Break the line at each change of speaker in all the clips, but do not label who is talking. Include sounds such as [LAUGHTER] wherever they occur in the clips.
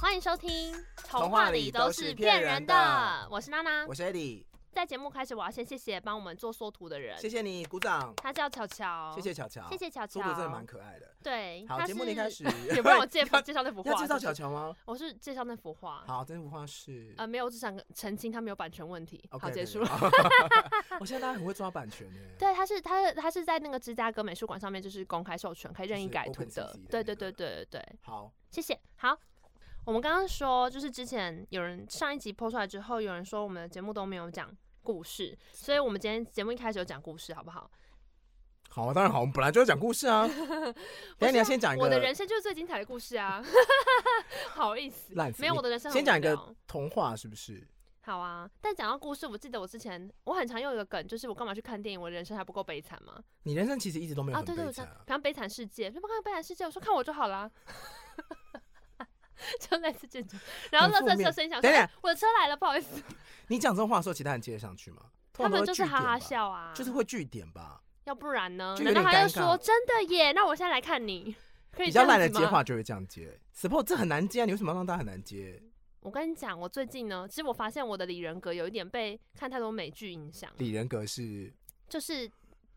欢迎收听《
童话里都是骗人的》，
我是娜娜
我。是 Eddie，
在节目开始，我要先谢谢帮我们做缩图的人，
谢谢你，鼓掌，
他叫巧巧，
谢谢巧巧，
呃谢谢巧
苏
巧，
果真的蛮可爱的。
对，
好，
他
节目的一
是
开
[LAUGHS]
始
有没有我介
[LAUGHS] 要
介绍那幅画？
要介绍巧巧吗？
我是介绍那幅画。
好，这幅画是
呃，没有，我只想澄清他没有版权问题。
OK，
好，结
对
束了。。
对 [LAUGHS] 我现在大家很会抓版权耶。
对，他是他他是在那个芝加哥美术馆上面，就是公开授权，可以任
就
意
是
改图
OpenCC 的
对
那
对
个
对对对对。
好，
谢谢。好，我们刚刚说，就是之前有人上一集播出来之后，有人说我们的节目都没有讲故事，所以我们今天节目一开始有讲故事，好不好？
好，当然好，我们本来就要讲故事
[LAUGHS]
啊。等一下你要先讲一
我的
个
人生就是最精彩的故事
[LAUGHS]
啊！好意思，
烂死
没有
你
我的人生很
先讲一个
无聊
童话，是不是？
好啊。但讲到故事，我记得我之前我很常用一个梗，就是我干嘛去看电影？我人生还不够悲惨吗？
你人生其实一直都没有
啊，
很
对对，
悲
我
惨
想
啊。
看《悲惨世界》，就不看《悲惨世界》，我说看我就
[LAUGHS]
好啦。 [LAUGHS] 就类似这种，然后
很负
乐色车
面
声响，
等等
说哎我的车来了，不好意思。
你讲这种话的时候，其他人接得上去吗？通
他
常都
们
会
就是
据
哈
点
哈
吧，
笑啊，
就是会据点吧。
要不然呢？
就有
难道
点
他要
尴尬
说真的耶？那我现在来看你，可以
比
这
较
样
烂的
子
接
吗？
话就会这样接。support 这很难接啊，你为什么要让大家很难接？
我跟你讲，我最近呢，其实我发现我的里人格有一点被看太多美剧影响，
李人格是
就是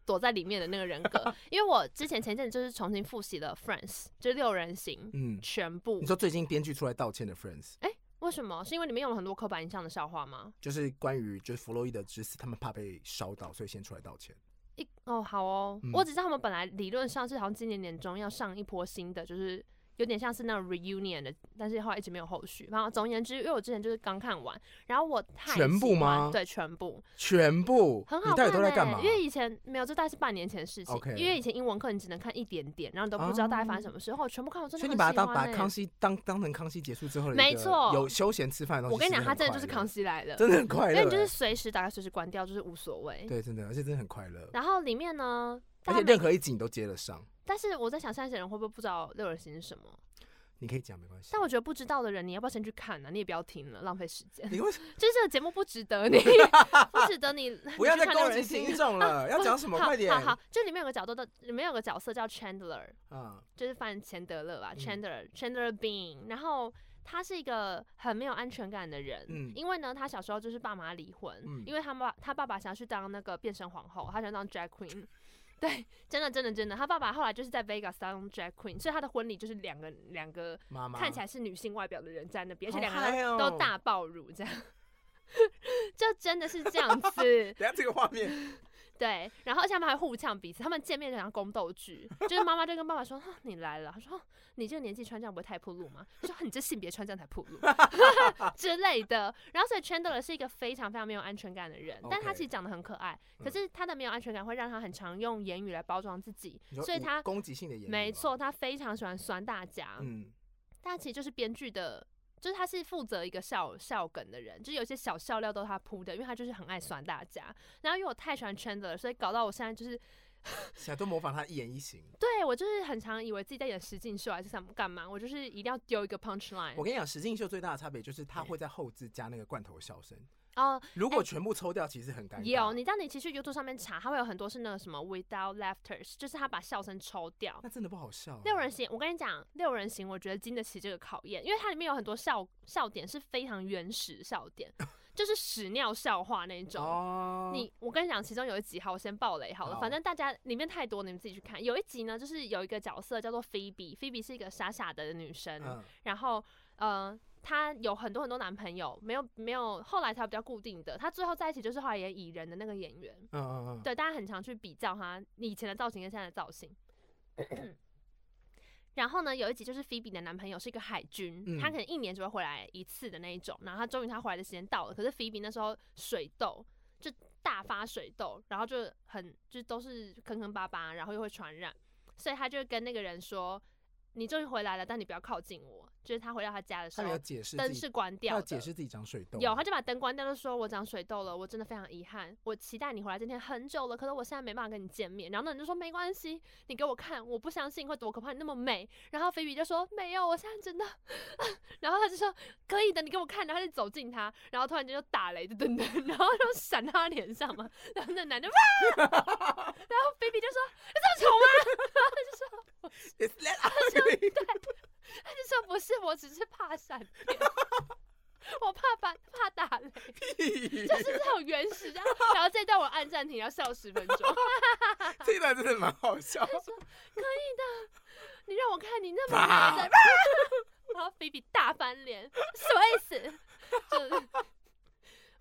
躲在里面的那个人
[LAUGHS]
格。因为我之前前阵子就是重新复习了《Friends》，就是六人行
嗯，
全部
你。说最近编剧出来道歉的 Friends，
为什么？是因为里面用了很多刻板印象的笑话吗？
就是关于就是弗洛伊德之死，他们怕被烧到，所以先出来道歉。
一哦，好哦，
嗯
我只知道他们本来理论上是好像今年年中要上一波新的，就是有点像是那种 reunion 的，但是后来一直没有后续。然后总而言之，因为我之前就是刚看完，然后我太
全
喜
部
欢
吗
对，全部
全部，
很
你到
好看、
底
欸。
都在干嘛？
因为以前没有，这大概是半年前的事情。
OK 哦
因为以前英文课你只能看一点点，然后你都不知道大概发生什么事。然后我全部看，我真
所
的
以
很
你
喜
把
欢、欸。
它当把康熙当当成康熙结束之后的一个
没错
有休闲吃饭的东西。
我跟你讲，他真的就是康
熙，
熙来了，
真的很快
因
乐欸，
为你就是随时打开，随时关掉，就是无所谓。
对，真的，而且真的很快乐，
然后里面呢，
而
大家
且
每
任何一集你都接得上，
但是我在想，现在的人会不会不知道六人行是什么？
你可以讲没关系。
但我觉得不知道的人，你要不要先去看啊呢、你也不要听了，浪费时间。
[LAUGHS]
[LAUGHS]
你为什
就是这个节目不值
[LAUGHS]
得你，不值得你
不要再攻击
人
听众
[LAUGHS]
了，要讲什么？
啊好
快点！
好好，这里面有个角色的，里面有个角色叫 Chandler，
啊，
就是翻钱德勒吧、
嗯
c h a n d l e r Chandler Bean，然后。他是一个很没有安全感的人，
嗯
因为呢，他小时候就是爸妈离婚，
嗯
因为他爸他爸爸想要去当那个变身皇后，他想当 drag queen，对， [LAUGHS] 真的真的真的，他爸爸后来就是在 Vegas 当 drag queen，所以他的婚礼就是两个两个
妈妈
看起来是女性外表的人在那边，而且
好
两个
嗨
人
哦
都大爆乳这样。 [LAUGHS] 就真的是这样
[LAUGHS]，
子
等一下这个画面，
对，然后而且他们还互呛彼此，他们见面就像宫斗剧，就是妈妈就跟爸爸说：“啊、你来了。”他说啊：“你这个年纪穿这样不会太暴露吗？”他说啊：“你这性别穿这样才暴
[LAUGHS]
露 [LAUGHS] 之类的。”然后所以 Chandler 是一个非常非常没有安全感的人但他
OK
其实长得很可爱，可
嗯
是他的没有安全感会让他很常用言语来包装自己
你，说
所以
无
他
攻击性的言语
没
吗，
错，他非常喜欢酸大家。
嗯，
但他其实就是编剧的，就是他是负责一个笑笑梗的人，就是有一些小笑料都是他铺的，因为他就是很爱酸大家。然后因为我太喜欢 Chandler，了所以搞到我现在就是，
想多模仿他一言一行。
对我就是很常以为自己在演实境秀还是想干嘛，我就是一定要丢一个 punch
我
line。
跟你讲，实境秀最大的差别就是他会在后置加那个罐头笑声，
哦，
如果全部抽掉，其实很尴尬。
有你，当你其实去 YouTube 上面查，它会有很多是那个什么 without laughters，就是他把笑声抽
[LAUGHS]
掉。
那真的不好笑。啊
六人行，我跟你讲，六人行我觉得经得起这个考验，因为它里面有很多笑笑点是非常原始笑点，就是屎尿笑话那种。
哦，
你，我跟你讲，其中有一集，好，我先爆雷好了，
好
反正大家里面太多，你们自己去看。有一集呢，就是有一个角色叫做菲比，菲比是一个傻傻的女生，
嗯
然后呃，她有很多很多男朋友，没有没有，后来才比较固定的。她最后在一起就是后来演蚁人的那个演员，
嗯嗯嗯，
对，大家很常去比较她以前的造型跟现在的造型。 [CLEARS THROAT] 然后呢，有一集就是菲比的男朋友是一个海军，
嗯
他可能一年只会回来一次的那一种。然后他终于他回来的时间到了，可是菲比那时候水痘就大发水痘，然后就很就都是坑坑巴巴，然后又会传染，所以他就跟那个人说：“你终于回来了，但你不要靠近我。”就是他回到他家的时
他没有
候，
解释自
灯
己，
是关
他
掉
有
的，
解释自己长水痘吗。
有，他就把灯关掉，就说：“我长水痘了，我真的非常遗憾。我期待你回来今天很久了，可是我现在没办法跟你见面。”然后那人就说：“没关系，你给我看，我不相信会多可怕，你那么美。”然后菲比就说：“没有，我现在真的。” [LAUGHS] 然后他就说：“可以的，你给我看。”然后他就走近他，然后突然间就打雷，就噔噔，然后就闪到他脸上嘛。然后那男的哇，然后菲比就说：“你这么丑吗 [LAUGHS]
It's that- 灵，
他就说不是，我只是怕闪电， [LAUGHS] 我怕把怕打雷，就是这种原始这样。然后这段我按暂停，要笑十分
[LAUGHS]
钟。
[LAUGHS] 这一段真的蛮好笑。
你让我看你那么
啪
美的， [LAUGHS] 然后菲比大翻脸，什么意思？
[LAUGHS]
就是，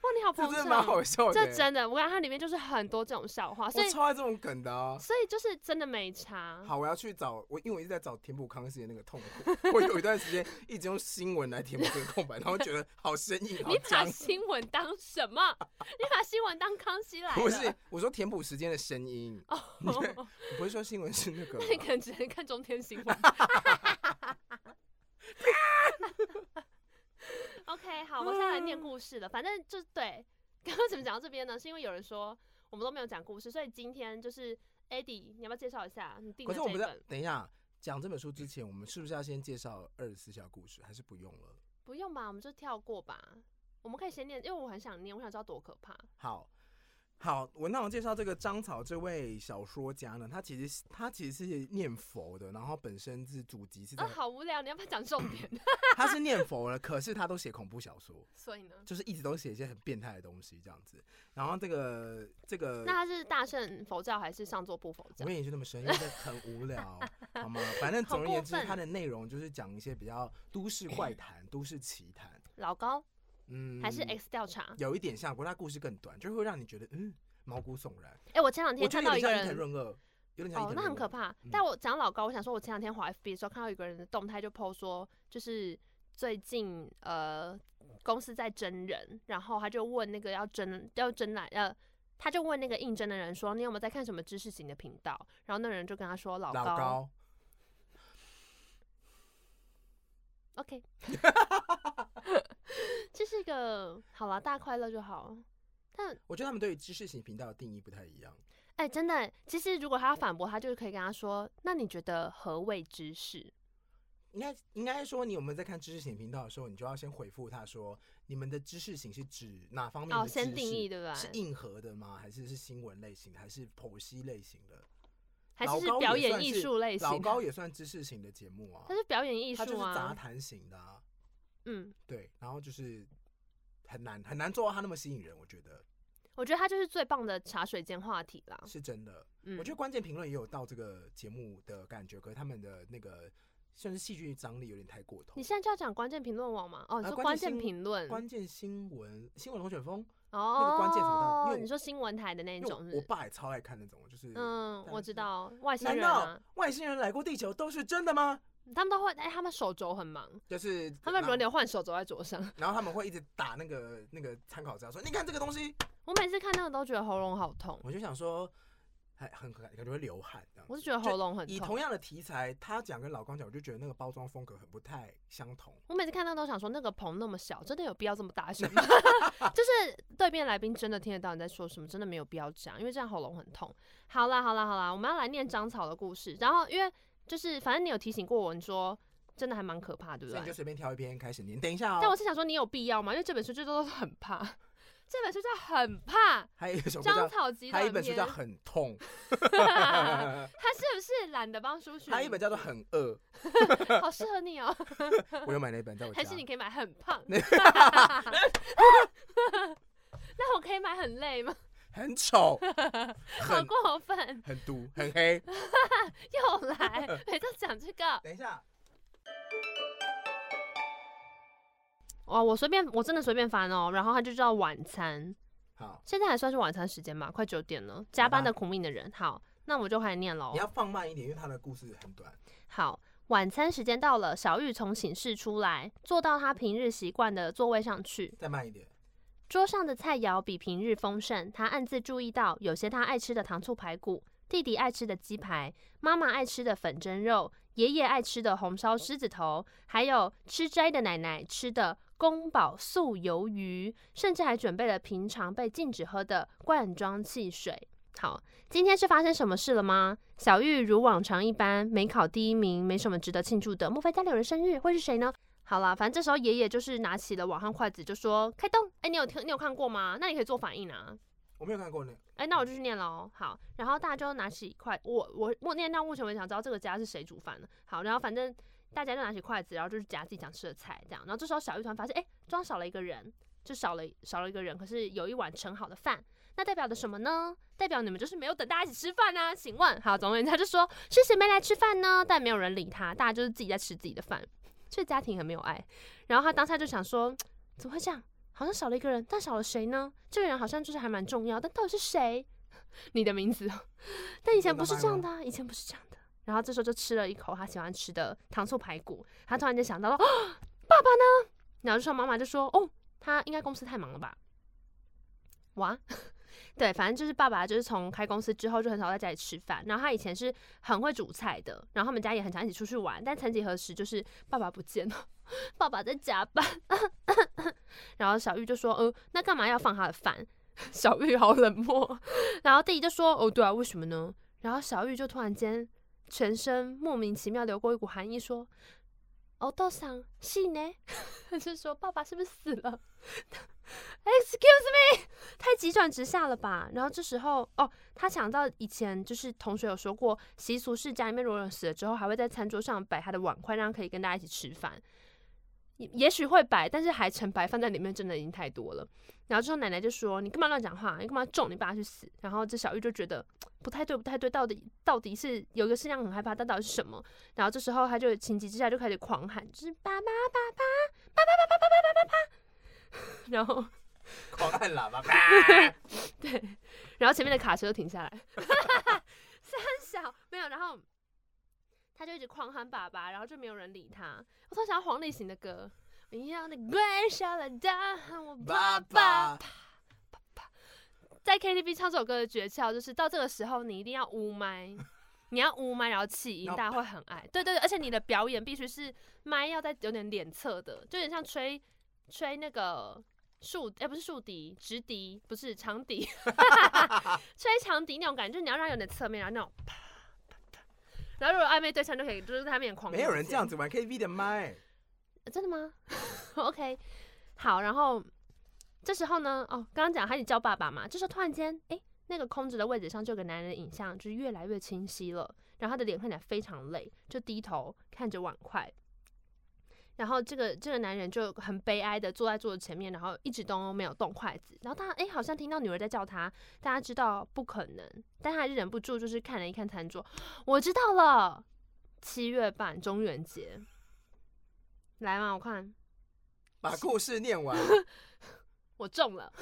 哇，你好
这
膨
真的蛮好
胀。
笑
哦
的，欸
这真的，我感觉它里面就是很多这种笑话，所以
我超爱这种梗的啊！
所以就是啊真的没差。
好，我要去找我，因为我一直在找填补康熙的那个痛苦。我有一段时间一直用新闻来填补这个空白，然后觉得好生
[LAUGHS]
硬，好
你把
僵。
新闻当什么？
[LAUGHS]
你把新闻当康熙来了？
不是，我说填补时间的声音， [LAUGHS]
哦，
我不是说新闻是那个
那
啦。
你可能只能看中天
[LAUGHS]
新闻。OK，好，我现在来念故事了。反正就对，刚刚怎么讲到这边呢？是因为有人说我们都没有讲故事，所以今天就是 Eddie，你要不要介绍一下你订
可是
的这
我
一
们在
本？
等一下讲这本书之前，我们是不是要先介绍二十四小故事，还是不用了？
不用吧，我们就跳过吧。我们可以先念，因为我很想念，我想知道多可怕。啊
好。好，我那我介绍这个张草这位小说家呢，他其实是他其实是念佛的，然后本身是祖籍是在
[LAUGHS] 啊，好无聊，你要不要讲重
[COUGHS]
点？
他是念佛了，可是他都写恐怖小说，
所以呢？
就是一直都写一些很变态的东西这样子。然后这个这个，
那他是大圣佛教还是上座部佛
我
教？
跟你说那么深，因为这很无
[LAUGHS]
聊，好吗？反正总而言之
好过，分
它的内容就是讲一些比较都市怪谈、都市奇谈，
老高
嗯，
还是哎 X 调查？
有一点像，不过它故事更短，就会让你觉得嗯毛骨悚然。
哎、我前两
我
天
觉
看
得有点
到一个
像伊
人
藤，润二，有点像伊
哦，
藤
那
润
很可
二。
怕。
嗯
但我讲老高，我想说，我前两天滑 FB 的时候看到一个人的动态，就 PO 说，就是最近呃公司在征人，然后他就问那个要征要征来呃。他就问那个应征的人说：“你有没有在看什么知识型的频道？”然后那人就跟他说：“老高。
老高，
o k [LAUGHS] 这是一个好啦，大家快乐就好。但
我觉得他们对于知识型频道的定义不太一样。
哎、真的，其实如果他要反驳，他就是可以跟他说：“那你觉得何谓知识？”
应该应该说，你有没有在看知识型频道的时候，你就要先回复他说，你们的知识型是指哪方面的
哦，
知识？
先定义对吧？
是硬核的吗？还是是新闻类型的？还是剖析类型的？
还
老
是
高
表
也
演
算
艺
是
术类型
老
的？
高也算知识型的节目啊
它，是表演艺
他就是
术
杂
啊。
谈型的啊，
嗯，
对，然后就是很难很难做到他那么吸引人，我觉得
我觉得他就是最棒的茶水间话题啦。
是真的。
嗯，
我觉得关键评论也有到这个节目的感觉，可是他们的那个算是戏剧张力有点太过头
你。现在就要讲关键评论网吗？哦，你
啊
说
关
关
键
键
新
评论
关键新闻新闻龙卷风，
哦，
那个关键什么的因为
你说新闻台的那一
因为
种是
我
不
我
是？
爸也超爱看那种，就是
嗯，
但
我
是
知道外星
难
人
道
啊，
外星人来过地球都是真的吗？
他们都会哎，他们手肘很忙，
就是
他们轮
流，
流换手肘在桌上。
然后他们会一直打那个那个参考资料，说你看这个东西，
我每次看那个都觉得喉咙好痛，
我就想说，还很感感觉会流汗这样
我
子。
是觉得
就
喉咙很
以
痛。
同样的题材，他讲跟老高讲，我就觉得那个包装风格很不太相同。
我每次看那个都想说，那个棚那么小，真的有必要这么大声吗？ [LAUGHS] 就是对面来宾真的听得到你在说什么，真的没有必要这样，因为这样喉咙很痛。好啦，好啦，好啦，我们要来念张草的故事。然后因为就是反正你有提醒过我，你说真的还蛮可怕，对不
所以你就
对？
随便挑一篇开始念。等一下
啊但我
哦，
是想说，你有必要吗？因为这本书就都是很怕，这本书叫很怕
还有一首歌
张
叫，
草集
还有一
短
本书
篇，
叫《很
[LAUGHS]
痛》， [LAUGHS]
他是不是懒得帮书取？
还有一本叫做《很饿
好适合你哦，》，
我又买了一本在我家
[LAUGHS] 还。是你可以买很胖？ [LAUGHS] 那我可以买很累吗？
很
[LAUGHS]
丑，
好
很
过分，
很毒，很黑。
又来，每次讲这个。
等一下，
哦，我随便，我真的随便翻哦，然后他就叫晚餐，
好，
现在还算是晚餐时间吧，快九点了，加班的苦命的人。好，那我就开始念喽
你。要放慢一点，因为他的故事很短。
好，晚餐时间到了，小玉从寝室出来，坐到他平日习惯的座位上去。
再慢一点，
桌上的菜肴比平日丰盛，他暗自注意到有些他爱吃的糖醋排骨，弟弟爱吃的鸡排，妈妈爱吃的粉蒸肉，爷爷爱吃的红烧狮子头，还有吃斋的奶奶吃的宫保素鱿鱼，甚至还准备了平常被禁止喝的罐装汽水。好，今天是发生什么事了吗？小玉如往常一般没考第一名，没什么值得庆祝的。莫非家里有人生日？会是谁呢？好啦，反正这时候爷爷就是拿起了碗和筷子，就说：“开动！”哎、你有听，你有看过吗？那你可以做反应啊。
我没有看过那，
哎、那我就去念喽。好，然后大家就拿起筷，我我我念到目前为止想知道这个家是谁煮饭的。好，然后反正大家就拿起筷子，然后就是夹自己想吃的菜，这样。然后这时候小玉团发现，哎、装少了一个人，就少了少了一个人，可是有一碗盛好的饭，那代表的什么呢？代表你们就是没有等大家一起吃饭啊？请问，好，总而言之，他就说是谁没来吃饭呢？但没有人理他，大家就是自己在吃自己的饭，这个家庭很没有爱。然后他当下就想说，嘖怎么会这样？好像少了一个人，但少了谁呢？这个人好像就是还蛮重要，但到底是谁？ [LAUGHS] 你的名字哦，但以前不是这样的、啊，以前不是这样的。然后这时候就吃了一口他喜欢吃的糖醋排骨，他突然间想到了、哦、爸爸呢？然后这时候妈妈就说：“哦，他应该公司太忙了吧？”哇，对，反正就是爸爸就是从开公司之后就很少在家里吃饭，然后他以前是很会煮菜的，然后他们家也很常一起出去玩，但曾几何时就是爸爸不见了， [LAUGHS] 爸爸在加班， [LAUGHS] 然后小玉就说：“呃，那干嘛要放他的饭？” [LAUGHS] 小玉好冷漠，然后弟弟就说：“哦，对啊，为什么呢？”然后小玉就突然间全身莫名其妙流过一股寒意，说：“哦，豆上是呢？” [LAUGHS] 就说：“爸爸是不是死了 [LAUGHS] ？”Excuse me，太急转直下了吧？然后这时候，哦，他想到以前就是同学有说过，习俗是家里面如果有人死了之后，还会在餐桌上摆他的碗筷，让他可以跟大家一起吃饭。也也许会摆，但是还成白放在里面，真的已经太多了。然后之后奶奶就说：“你干嘛乱讲话？你干嘛咒你爸去死？”然后这小玉就觉得不太对，不太对，到底到底是有一个事情让我很害怕，但到底是什么？然后这时候他就情急之下就开始狂喊，就是爸爸爸爸 [LAUGHS] 爸爸爸爸爸爸爸爸爸。然后
狂按喇
[LAUGHS]
叭，
对，然后前面的卡车就停下来， [LAUGHS] 三小没有，然后他就一直狂喊爸爸，然后就没有人理他。我突然想到黄立行的歌，一样的跪下来大喊我爸爸。
爸，
在 KTV 唱这首歌的诀窍就是，到这个时候你一定要捂麦，你要捂麦，然后气音，
然后
大家会很爱。对对对，而且你的表演必须是麦要在有点脸侧的，就有点像吹吹那个竖，哎、不是竖笛，直笛，不是长笛，
[LAUGHS]
吹长笛那种感觉，就是你要让它有点侧面，然后那种啪啪啪。然后如果暧昧对象就可以，就是在他面前狂
没有人
这
这样子玩 KTV 的麦，
呃真的吗 [LAUGHS] ？OK，好，然后这时候呢，哦，刚刚讲他一直叫爸爸嘛，这时候突然间，诶，那个空着的位置上就有个男人的影像，就是越来越清晰了。然后他的脸看起来非常累，就低头看着碗筷。然后这个这个男人就很悲哀的坐在桌子前面，然后一直都没有动筷子。然后他诶，好像听到女儿在叫他，大家知道不可能，但他还是忍不住就是看了一看餐桌，我知道了，七月半中元节，来嘛，我看
把故事念完，
我中了，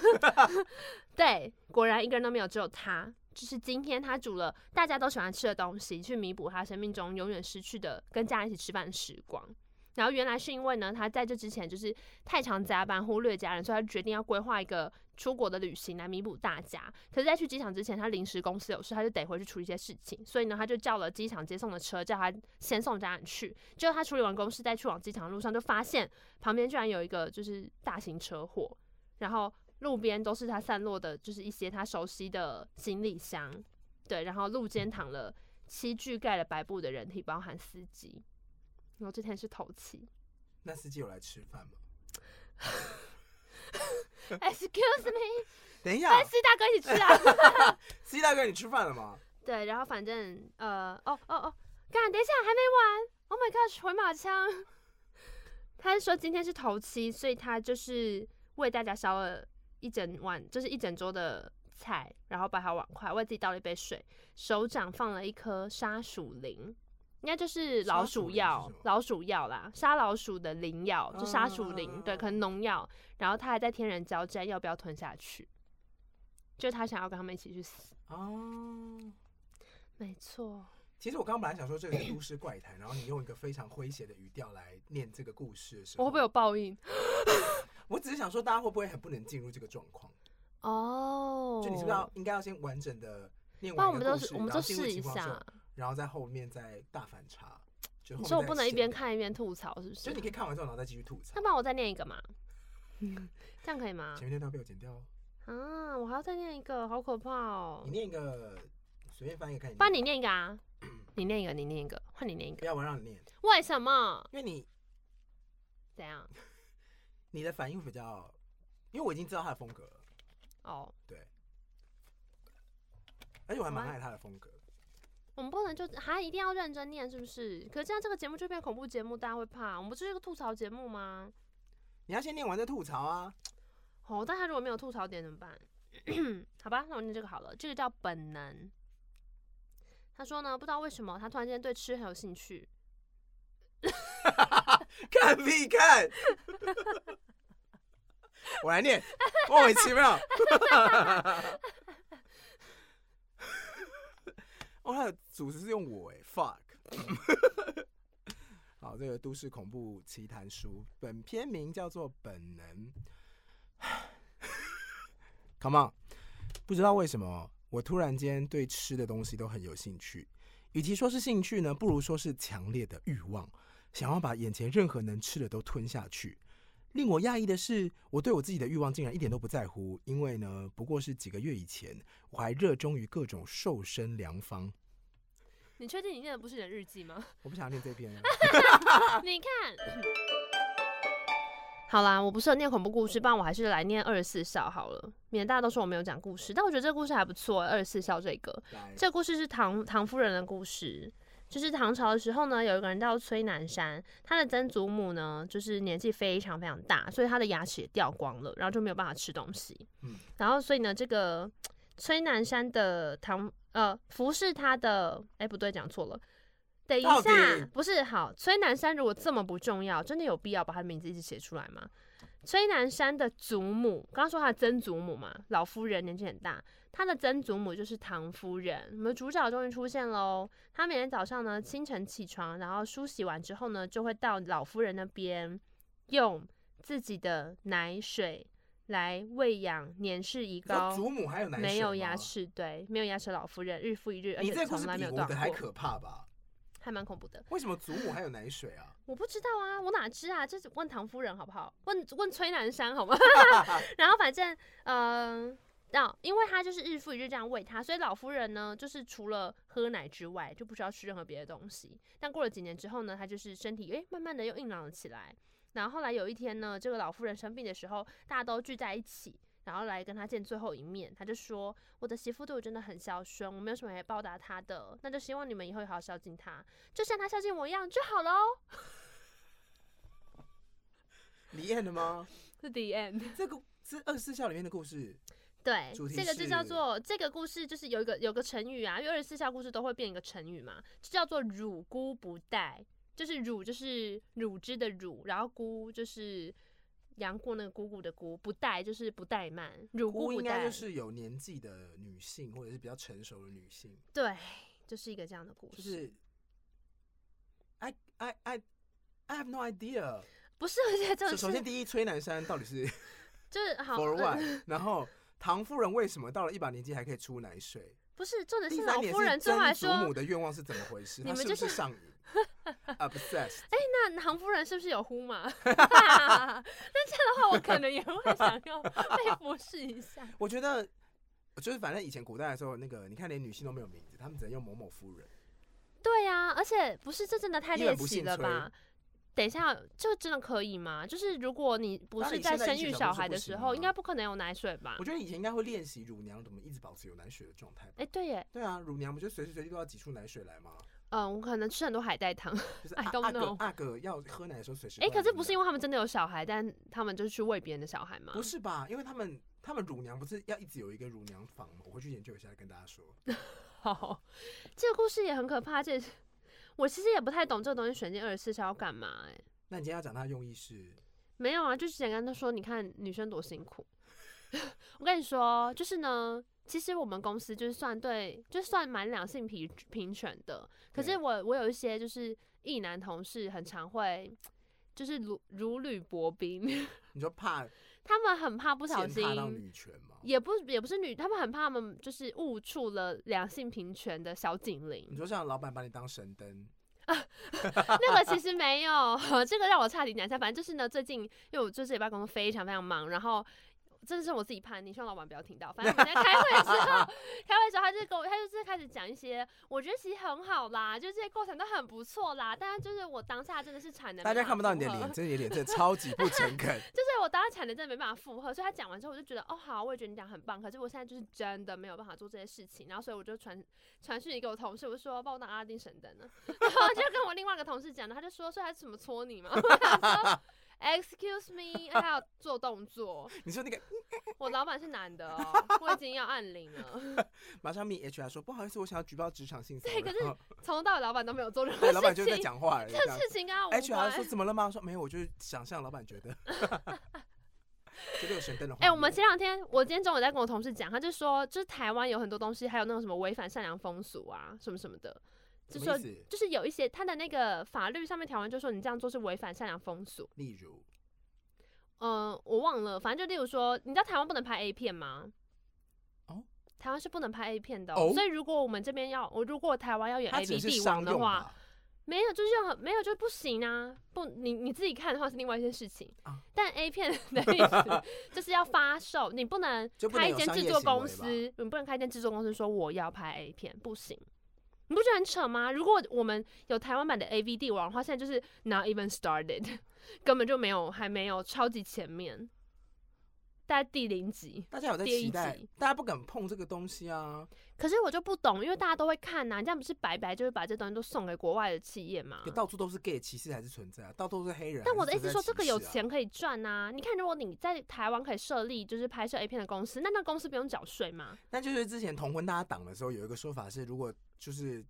[LAUGHS] 对，果然一个人都没有，只有他。就是今天他煮了大家都喜欢吃的东西，去弥补他生命中永远失去的跟家人一起吃饭的时光。然后原来是因为呢，他在这之前就是太常加班，忽略家人，所以他决定要规划一个出国的旅行来弥补大家。可是，在去机场之前，他临时公司有事，他就得回去处理一些事情，所以呢，他就叫了机场接送的车，叫他先送家人去。结果他处理完公事，在去往机场的路上，就发现旁边居然有一个就是大型车祸，然后路边都是他散落的，就是一些他熟悉的行李箱，对，然后路肩躺了七具盖了白布的人体，包含司机。然后这天是头七
那司机有来吃饭吗？
哎，Excuse me，
等一下，
跟 C 大哥一起吃啊。
司机大哥，你吃饭了吗？
对，然后反正呃，哦哦哦，干，等一下还没完，Oh my gosh，回马枪。 [LAUGHS] 他是说今天是头七，所以他就是为大家烧了一整碗，就是一整桌的菜，然后摆好碗筷，为自己倒了一杯水，手掌放了一颗杀鼠灵，应该就是老
杀鼠
鼠
灵
药
是什么，
老鼠药啦，杀老鼠的灵药，就杀鼠灵，
嗯嗯嗯
对，
嗯
可能农药。然后他还在天人交战，要不要吞下去？就他想要跟他们一起去死，
哦，
没错。
其实我刚刚本来想说这个是都市怪谈，然后你用一个非常诙谐的语调来念这个故事的时候，
我会不会有报应？
我只是想说大家会不会很不能进入这个状况？
哦，
就你是不是要应该要先完整的念
不
完
然我
一
们
个
都
故
是
事，
我们
然
都
后进入
试一
情况的时候
下。
然后在后面再大反差。就后
你
面
说我
再
不能一
闲
边
聊，
看一边吐槽，是不
就是你？可以看完之后然后再继续吐槽
那。不然我再念
[LAUGHS]
一个嘛，这样可以吗
前？面那段被我剪掉哦，
啊，我还要再念一个，好可怕哦
你！念一个，随便翻一个看你念。
不然你念一个啊，你念一个，你念一个，换你念一
不
个。
要我让你念，
为什么？
因为你
怎样？
你的反应比较，因为我已经知道他的风格了。
哦，
对，而且哎我还蛮
好啊
爱他的风格。
我们不能就还一定要认真念，是不是？可是这样这个节目就变恐怖节目，大家会怕。我们不是一个吐槽节目吗？
你要先念完再吐槽啊！
哦，但他如果没有吐槽点怎么办？ [CLEARS THROAT] 好吧，那我念这个好了，这个叫本能。他说呢，不知道为什么他突然间对吃很有兴趣，
看必看，我来念，莫名其妙。哦，他的组织是用我哎，fuck。好，这个都市恐怖奇谈书，本片名叫做《本能》。Come on，不知道为什么，我突然间对吃的东西都很有兴趣。与其说是兴趣呢，不如说是强烈的欲望。想要把眼前任何能吃的都吞下去。令我讶异的是，我对我自己的欲望竟然一点都不在乎，因为呢，不过是几个月以前，我还热衷于各种瘦身良方。
你确定你念的不是你的日记吗？
我不想念这
[LAUGHS]
篇了，
你看，好啦，我不适合念恐怖故事，不然我还是来念二十四孝好了，免得大家都说我没有讲故事。但我觉得这个故事还不错、二十四孝这个，
来
这故事是唐唐夫人的故事，就是唐朝的时候呢，有一个人叫崔南山，他的曾祖母呢，就是年纪非常非常大，所以他的牙齿也掉光了，然后就没有办法吃东西。
嗯
然后所以呢，这个崔南山的唐呃服侍他的，哎、不对，讲错了。等一
到底
下，不是好。崔南山如果这么不重要，真的有必要把他的名字一直写出来吗？崔南山的祖母，刚刚说他的曾祖母嘛，老夫人年纪很大，他的曾祖母就是唐夫人。我们主角终于出现喽！他每天早上呢，清晨起床，然后梳洗完之后呢，就会到老夫人那边，用自己的奶水来喂养年事已
说
高、
祖母还有男
没有牙，齿对没有牙齿的老夫人，日复一日，而
你
且
这故
从
事
来
比
没有
我
断
的还
过，
可怕吧？
还蛮恐怖的。
为什么祖母还有奶水
[LAUGHS]
啊？
我不知道啊，我哪知啊？这是问唐夫人好不好？问问崔南山好吗？然后反正嗯，那、因为他就是日复一日这样喂他，所以老夫人呢，就是除了喝奶之外，就不需要吃任何别的东西。但过了几年之后呢，他就是身体诶、慢慢的又硬朗了起来。然后后来有一天呢，这个老夫人生病的时候，大家都聚在一起。然后来跟他见最后一面，他就说：“我的媳妇对我真的很孝顺，我没有什么可以报答她的，那就希望你们以后也好好孝敬她，就像她孝敬我一样就好喽。”
李艳的吗？
是 The End。
这个是二十四孝里面的故事，
对
主，题
这个就是叫做这个故事，就是有一个有个成语啊，因为二十四孝故事都会变一个成语嘛，就叫做“乳姑不待”，就是乳就是乳汁的乳，然后姑就是杨过那个姑姑的姑，不待就是不怠慢，乳
姑
不
应该
待，
就是有年纪的女性，或者是比较成熟的女性，
对，就是一个这样的故事，
就是。I I I I have no idea。
不是？而且这
首
种
首先，
是
第一，崔南山到底是
就是 [LAUGHS] 好
for
呃
one，然 [LAUGHS] 后唐夫人为什么到了一把年纪还可以出奶水？
不是重点
第
是
三
老
点
夫人
是
最后还
曾祖
说
母，的愿望是怎么回
[LAUGHS]
事？
你
她
们
是
就
不是
是哎
上瘾？obsessed。
那唐夫人是不是有呼
[LAUGHS]
嘛？那这样的话，我可能也会想要被服侍一下。
我觉得就是反正以前古代的时候，那个你看连女性都没有名字，他们只能用某某夫人。
对呀、而且不是这真的太
一本
猎
不
奇
信
了
吹
吧？等一下，这真的可以吗？就是如果你不
当然
是
你
在
现在
生
一起
育
小
小
不是
孩
不
的
行
时候，应
啊
该不可能有奶水吧
我？觉得以前应该会练习乳娘怎么一直保持有奶水的状态吧。
哎、对耶，
对啊，乳娘不就随时随地都要挤出奶水来吗？
嗯，我可能吃很多海带
[LAUGHS]
汤。
就是阿
I
阿
don't
哥
know
阿哥要喝奶的时候随时。
哎、可是不是因
为
为他们真的有小孩，但他们就是去喂别人的小孩吗？
啊不是吧？因为他们他们乳娘不是要一直有一个乳娘房吗？我回去研究一下再跟大家说。
[LAUGHS] 好，这个故事也很可怕。这 [LAUGHS] 我其实也不太懂这个东西选进二十四孝要干嘛、哎，
那你今天要讲它的用意是？
没有啊，就是简单的说，你看女生多辛苦。 [LAUGHS] 我跟你说，就是呢，其实我们公司就是算对，就算蛮两性平平权的。可
对
是我我有一些就是异男同事，很常会就是如如履薄冰， [LAUGHS]
你说怕
他们很怕不小
践踏到
心，
女权吗？
也不也不是女，他们很怕他们就是误触了两性平权的小警铃
你。说像老板把你当神灯，
[LAUGHS] 那个其实没有，这个让我差点讲一下。反正就是呢，最近因为我就这礼拜工作非常非常忙，然后这是我自己叛逆，希望老板不要听到。反正我们在开会的时候，开会的时候他就跟我，他就是开始讲一些，我觉得其实很好啦，就这些过程都很不错啦。但是就是我当下真的是产能，
大家看不到你的
啊
脸，，真的你的脸真的超级不诚恳。 [LAUGHS]
就是我当下产能真的没办法负荷，所以他讲完之后我就觉得，哦好，我也觉得你讲很棒，可是我现在就是真的没有办法做这些事情。然后所以我就传传讯息给我同事，我就说帮我当阿拉丁神灯呢， [LAUGHS] 然后就跟我另外一个同事讲的，他就说，所以他是怎么戳你嘛？ [LAUGHS] 我想说 Excuse me，而且还有做动作。
你说那个
我老板是男的哦，我已经要按铃了。 [LAUGHS]
马上密 HR 说不好意思，我想要举报职场性骚扰。
对可是从头到尾老板都没有做任何
对老板就
事
在
情，
讲话而已。
这
这样
事情跟他无
HR
关 [LAUGHS]
说。怎么了吗？我说没有，我就是想象老板觉得， [LAUGHS] 觉得有神灯的画
哎、
面。
我们前两天，我今天中午在跟我同事讲，他就说，就是台湾有很多东西，还有那种什么违反善良风俗啊，什么什么的，就
什么
说
意思？
就是有一些他的那个法律上面条文就说你这样做是违反善良风俗。
例如，
嗯、我忘了，反正就例如说，你知道台湾不能拍 A 片吗？
哦
台湾是不能拍 A 片的哦、
哦
所以如果我们这边要，我如果台湾要演
它
A
只
B
是
哎帝
商
王的
用
话，
吧？
没有，就是很没有就不行啊！不，你你自己看的话是另外一件事情。
啊
但 A 片 [LAUGHS] 的意
[LAUGHS]
思就是要发售，你不能
就不能
开一
有
间
商
制
业
作
行为
公
吧
司，你不能开一间制作公司说我要拍 A 片，不行。你不觉得很扯吗？如果我们有台湾版的 A V 帝王的话，现在就是 not even started，根 [LAUGHS] 本就没有，还没有超级前面，大概第零集。
大家有在
第一
期待
集，
大家不敢碰这个东西啊，
可是我就不懂，因为大家都会看呐、你这样不是白白就是把这东西都送给国外的企业吗？
可到处都是 gay 歧视还是存在啊，到处都是黑人。
但我的
还
意
是
思
存在
说，这个有
歧视啊，
钱可以赚呐、你看，如果你在台湾可以设立就是拍摄 A 片的公司，那那公司不用缴税吗？
那就是之前同婚大家党的时候有一个说法是，如果就是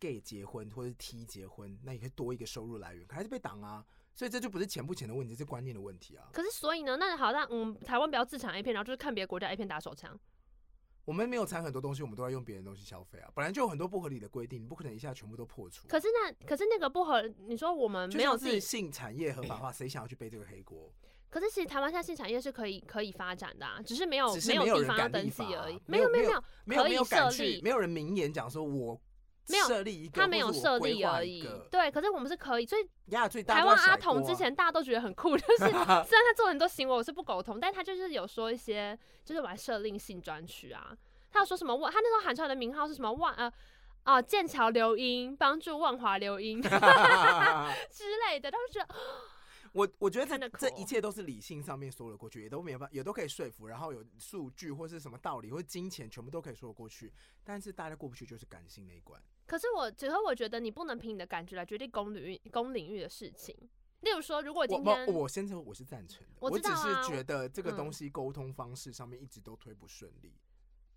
gay 结婚或者是 T 结婚，那也可以多一个收入来源，可还是被挡啊。所以这就不是钱不钱的问题，是观念的问题啊。
可是所以呢，那好，那嗯，台湾不要自产 A 片，然后就是看别的国家 A 片打手枪。
我们没有产很多东西，我们都在用别人的东西消费啊。本来就有很多不合理的规定，你不可能一下全部都破除。啊
可是那可是那个不合，你说我们
就
没有
像
自
是
己，
性产业合法化，谁想要去背这个黑锅？
可是其实台湾现在性产业是可以可以发展的、啊，只是没有
只是
没
没有
地
人
方要
敢
登
立
记
法啊
而已。
没
有
有
没
没
有，
没有
可
没
以
有敢
设立
去，没有人明言讲说我
没有
设立一个，
他没
或
有
是我
设
规
立
划
而
一
已
个。
对，可是我们是可以，所以
呀，最大
台
家都
湾
在
阿
甩锅
童之
啊
前大家都觉得很酷，就是虽然他做了很多行为我是不苟同，但他就是有说一些，就是我还设定性专区啊，他有说什么万，他那时候喊出来的名号是什么万呃。哦，剑桥留英帮助万华留英 [LAUGHS] 之类的，当时觉得
啊 [LAUGHS] 我我觉得
看
这
得
这
苦
一切都是理性上面说得过去，也都没有办，也都可以说服，然后有数据或是什么道理或金钱，全部都可以说得过去。但是大家过不去就是感性那一关。
可是我，只是我觉得你不能凭你的感觉来决定公领域公领域的事情。例如说，如果
我
今天
我我先说我是赞成的，
我
我
知道啊
只是觉得这个
嗯
东西沟通方式上面一直都推不顺利。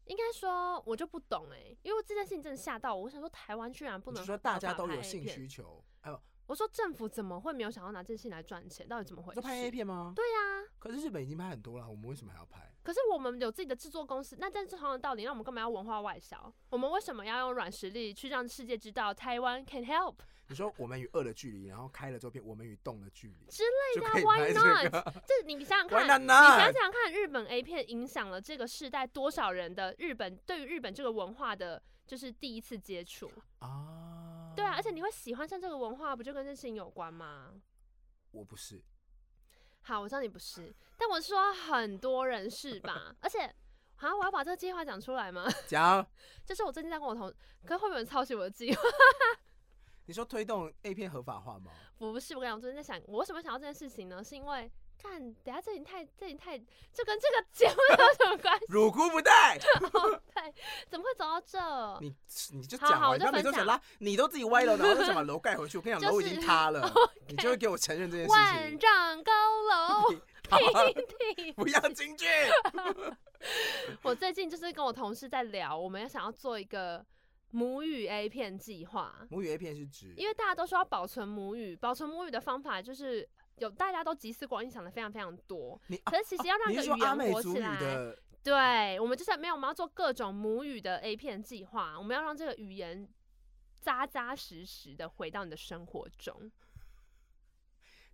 应该说，我就不懂哎、因为这件事情真的吓到我，我想说台湾居然不
你
能
是说大家
合法
都
拍
有
A
性
片
需求，哎呦，
我说政府怎么会没有想要拿这些来赚钱？到底怎么回
你说
事？
拍 A 片吗？
对呀、
可是日本已经拍很多了，我们为什么还要拍？
可是我们有自己的制作公司，那但是同样的道理，那我们干嘛要文化外销？我们为什么要用软实力去让世界知道台湾 can help
你说我们与恶的距离，然后开了之后变我们与动的距离
之
类
对啊
可以拍
？Why
这
not？
个。 [LAUGHS]
这你想想
Why
看，
not
你想
not？
想看，日本 A 片影响了这个世代多少人的日本对于日本这个文化的就是第一次接触，
啊，
对啊，而且你会喜欢上这个文化，不就跟这事情有关吗？
我不是，
好，我知道你不是，但我是说很多人是吧？而且，啊，我要把这个计划讲出来吗？ [LAUGHS]
讲
就是我最近在跟我同，可是会不会有人抄袭我的计划？ [LAUGHS]
你说推动 A 片合法化吗？
不是，我跟你讲，我最近在想，我为什么会想到这件事情呢？是因为，看，等一下这里太，这里太，这跟这个节目有什么
[LAUGHS]
关系？
乳姑不
[LAUGHS]
带，
哦对，怎么会走到这？
你你就
好
讲嘛，
好我
你
就
不要每次
分
都想
享
拉，你都自己歪楼，然后就想把楼盖回去。我跟你讲，
[LAUGHS] 就是
楼已经塌了，你就会给我承认这件事
万
情。
丈高
[LAUGHS]
楼
好
平地。
不要进
[LAUGHS]
去，
我最近就是跟我同事在聊，我们要想要做一个母语 A 片计划。
母语 A 片是指，
因为大家都说要保存母语，保存母语的方法就是有大家都集思广益想的非常非常多，
你啊
可是其实要让
你
一个
是说阿
语
美
言活
族
起
语
来，
的
[LAUGHS] 对我们就是没有，我们要做各种母语的 A 片计划，我们要让这个语言扎扎实实的回到你的生活中。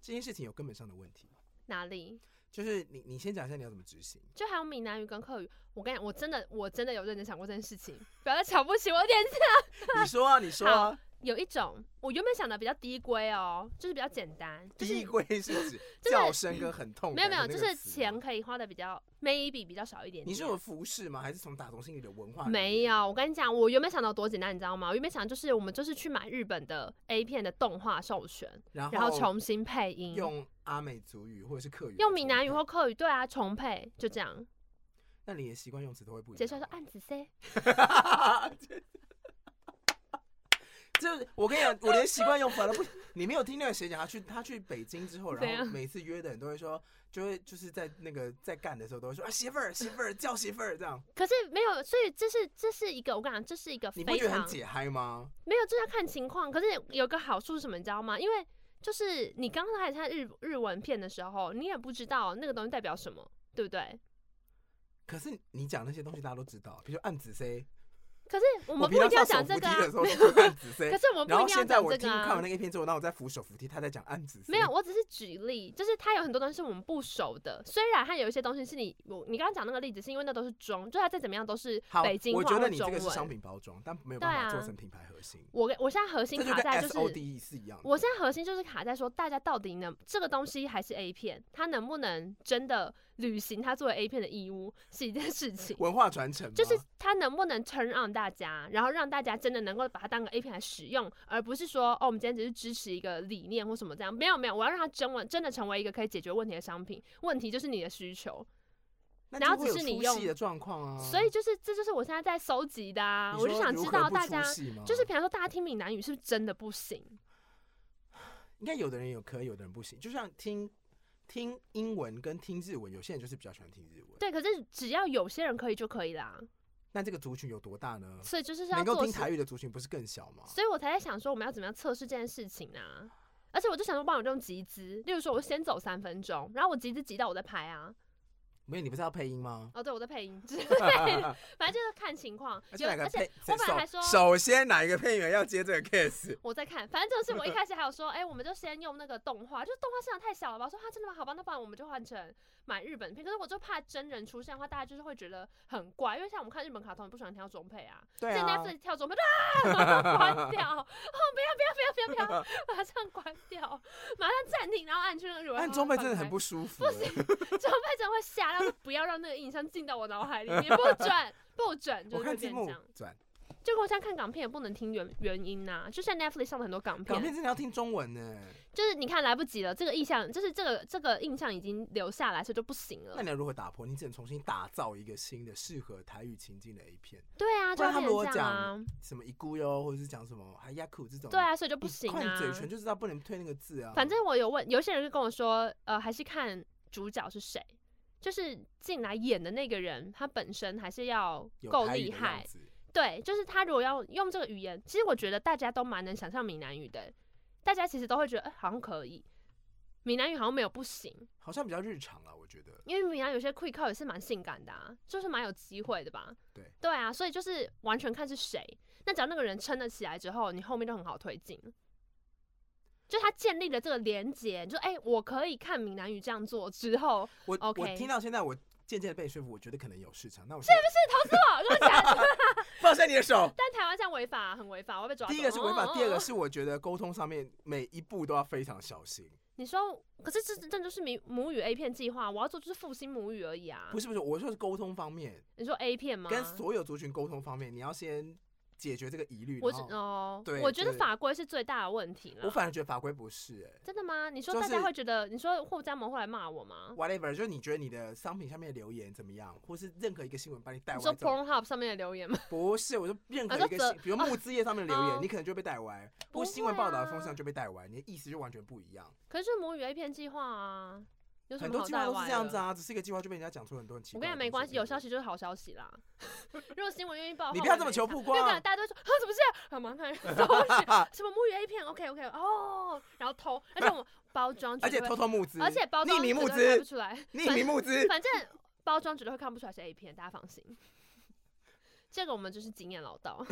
这件事情有根本上的问题，
哪里？
就是你你先讲一下你要怎么执
[LAUGHS]
行。
就还有闽南语跟客语，我跟你讲，我真的我真的有认真想过这件事情，不要再瞧不起我的点子。
你说啊，你说啊，
有一种我原本想的比较低规哦，就是比较简单，就是
低规是指
[LAUGHS] 就是
叫声跟很痛
没有
感的
没
那个
有，就
词吗，啊
是钱可以花的比较 maybe 比较少一点点。
你是有服饰吗？还是从打从心里的文化？
没，有，我跟你讲，我原本想到多简单，你知道吗？我原本想就是我们就是去买日本的 A 片的动画授权，
然
然后
后
重新配音，
用阿美族语或者是客语，
用闽南语或。客语，对啊，重配就这样。
那你的习惯用词都会不一样。
结束说啊案子 C，
[LAUGHS] 就是我跟你讲，我连习惯用法都不。你没有听那个谁讲，他去他去北京之后，
怎
然后
样
每次约的人都会说，就会就是在那个在干的时候都会说啊媳妇儿媳妇儿叫媳妇儿这样，
可是没有，所以这是这是一个我跟你讲，这是一个
你不
非
觉得很
常
解嗨吗？
没有，这要看情况。可是有个好处是什么，你知道吗？因为就是你刚才看日日文片的时候，你也不知道那个东西代表什么，对不对？
可是你讲那些东西大家都知道，比如说暗紫 C，
可是我
我
们
平
不一
常
定要
上
讲
手
这
扶
个
梯的
啊
时，候就说暗紫 C，
[LAUGHS] 可是我们
然
不一
后
定要
现在
讲
我
这
听
个
看完那。
啊
个影片之后，那我在扶手扶梯，他在讲暗紫 C，
没有，我只是举例，就是它有很多东西是我们不熟的。虽然它有一些东西是你我你刚刚讲那个例子，是因为那都是中，就它再怎么样都是
好，
北京
我
话
觉得
或
你这
中
个是商
文。
品包装，但没有
对
办法
啊
做成品牌核心。
我跟我现在核心
这就
卡
跟
在就
S O
是，
D E 是一样的。
我现在核心就是卡在说，大家到底能这个东西还是 A 片，它能不能真的履行它作为 A 片的义务是一件事情，
文化传承吗
就是它能不能 turn on 大家，然后让大家真的能够把它当个 A 片来使用，而不是说哦，我们今天只是支持一个理念或什么这样。没有没有，我要让它真文真的成为一个可以解决问题的商品。问题就是你的需求，
那
然后
就会
只是
有
你
出
用
戏的状况啊。
所以就是这就是我现在在搜集的啊，
你
我就
说
想
如
知
何
道
不
大
出
家。
戏吗
就是平常说，大家听闽南语是不是真的不行？
应该有的人有可以，有的人不行。就像听听英文跟听日文，有些人就是比较喜欢听日文。
对，可是只要有些人可以就可以啦。
那这个族群有多大呢？
所以就是要
能够
做
听
实
台语的族群不是更小吗？
所以我才在想说，我们要怎么样测试这件事情啊？而且我就想说，帮我这种集资，例如说，我先走三分钟，然后我集资集到我再拍啊。
没有，你不是要配音吗？
哦，对，我在配音之类
[LAUGHS]
的，反正就是看情况。
而且
有，
哪个
而且
配？
我本来还
首
说
首先哪一个配员要接这个
[LAUGHS]
case？
我在看，反正就是我一开始还有说，哎、我们就先用那个动画，就是动画市场太小了吧？我说啊，真的吗？好吧，那不然我们就换成买日本片。可是我就怕真人出现的话，大家就是会觉得很怪，因为像我们看日本卡通，也不喜欢跳中配啊，
对
现在
啊，
是跳中配就啊， [LAUGHS] 关掉，哦，不要不要不要不要不
[LAUGHS]
要，马上关掉，马上暂停，然后按去那个日文。
按中配真的很不
不
舒服。欸
中配真的会吓到，就不要让那个印象进到我脑海里面，不
[LAUGHS]
准不准，就
我
是会
看字
变这
幕
样。
转
就跟我现在看港片也不能听原原音呐、就像 Netflix 上的很多港片，
港片真的要听中文呢。
就是你看来不及了，这个意向就是这个这个印象已经留下来，所以就不行了
那。你要如何打破？你只能重新打造一个新的适合台语情境的 A 片，
对啊，
不
就
然
会
他
变
如果
成这样啊，
什么一姑哟，或者是讲什么还亚酷这种，
对，啊，所以就不
不
行
看
啊。
嘴唇就知道不能推那个字啊。
反正我有问，有些人就跟我说，呃，还是看主角是谁，就是进来演的那个人，他本身还是要
有
够
台语
厉
的样
害。
子
对，就是他如果要用这个语言，其实我觉得大家都蛮能想象闽南语的，大家其实都会觉得，哎、好像可以。闽南语好像没有不行，
好像比较日常啊，我觉得。
因为闽南有些 quick call 也是蛮性感的啊，就是蛮有机会的吧。
对，
对啊，所以就是完全看是谁。那只要那个人撑得起来之后，你后面就很好推进。就他建立了这个连接，你就哎、我可以看闽南语这样做之后， [LAUGHS]
我
OK
我听到现在，我渐渐地被说服，我觉得可能有市场。那我是不
是吧？如果假的，
是放下你的手？
[LAUGHS] 但台湾这样违法，啊很违法，我会被抓走。
第一个是违法，
哦
第二个
哦 [LAUGHS]
是我觉得沟通上面每一步都要非常小心。
你说，可是这这就是母母语 A 片计划，我要做就是复兴母语而已啊
不。是不是，我说是沟通方面，
你说 A 片吗？
跟所有族群沟通方面，你要先解决这个疑虑。
我只嗯
然后
哦
对，
我觉得
对
法规是最大的问题
我
了。
反而觉得法规不是哎、
真的吗？你说
就
大家
是
会觉得，你说霍家盟会来骂我吗？
whatever，就是你觉得你的商品下面的留言怎么样，或是任何一个新闻把你带
你说
歪走，
Pornhub 上面的留言吗？ [LAUGHS]
不是，我说任何
啊就
一个
则
新，比如募资页上面的留言，
哦
你可能就被带歪，
不
或新闻
会
报道的
啊
风向就被带歪，你的意思就完全不一样。
可是母语 A 片计划啊，有什
很
么
多
好
计划
带
哎都是
歪
这样子
的？
啊，只是一个计划就被人家讲出很多很奇
我
怪
跟
的东西。
你讲，没关系，有消
息。
息就是好消息啦。 [LAUGHS] 如果新闻愿意报，
你
后
不要
面
这么
没
求
差
曝
没有
光
大家都会说啊，怎么这样？啊，蛮看搜 [LAUGHS] 寻什么母语 A 片，OK OK，哦，然后偷，而且我包
[LAUGHS]
装，
而且偷，偷募资，
而且包装
匿名
绝
募
对看不
资，
出来， [LAUGHS]
匿名募资，
反正包装绝对会看不出来是 A 片，大家放心。这个我们就是经验老道，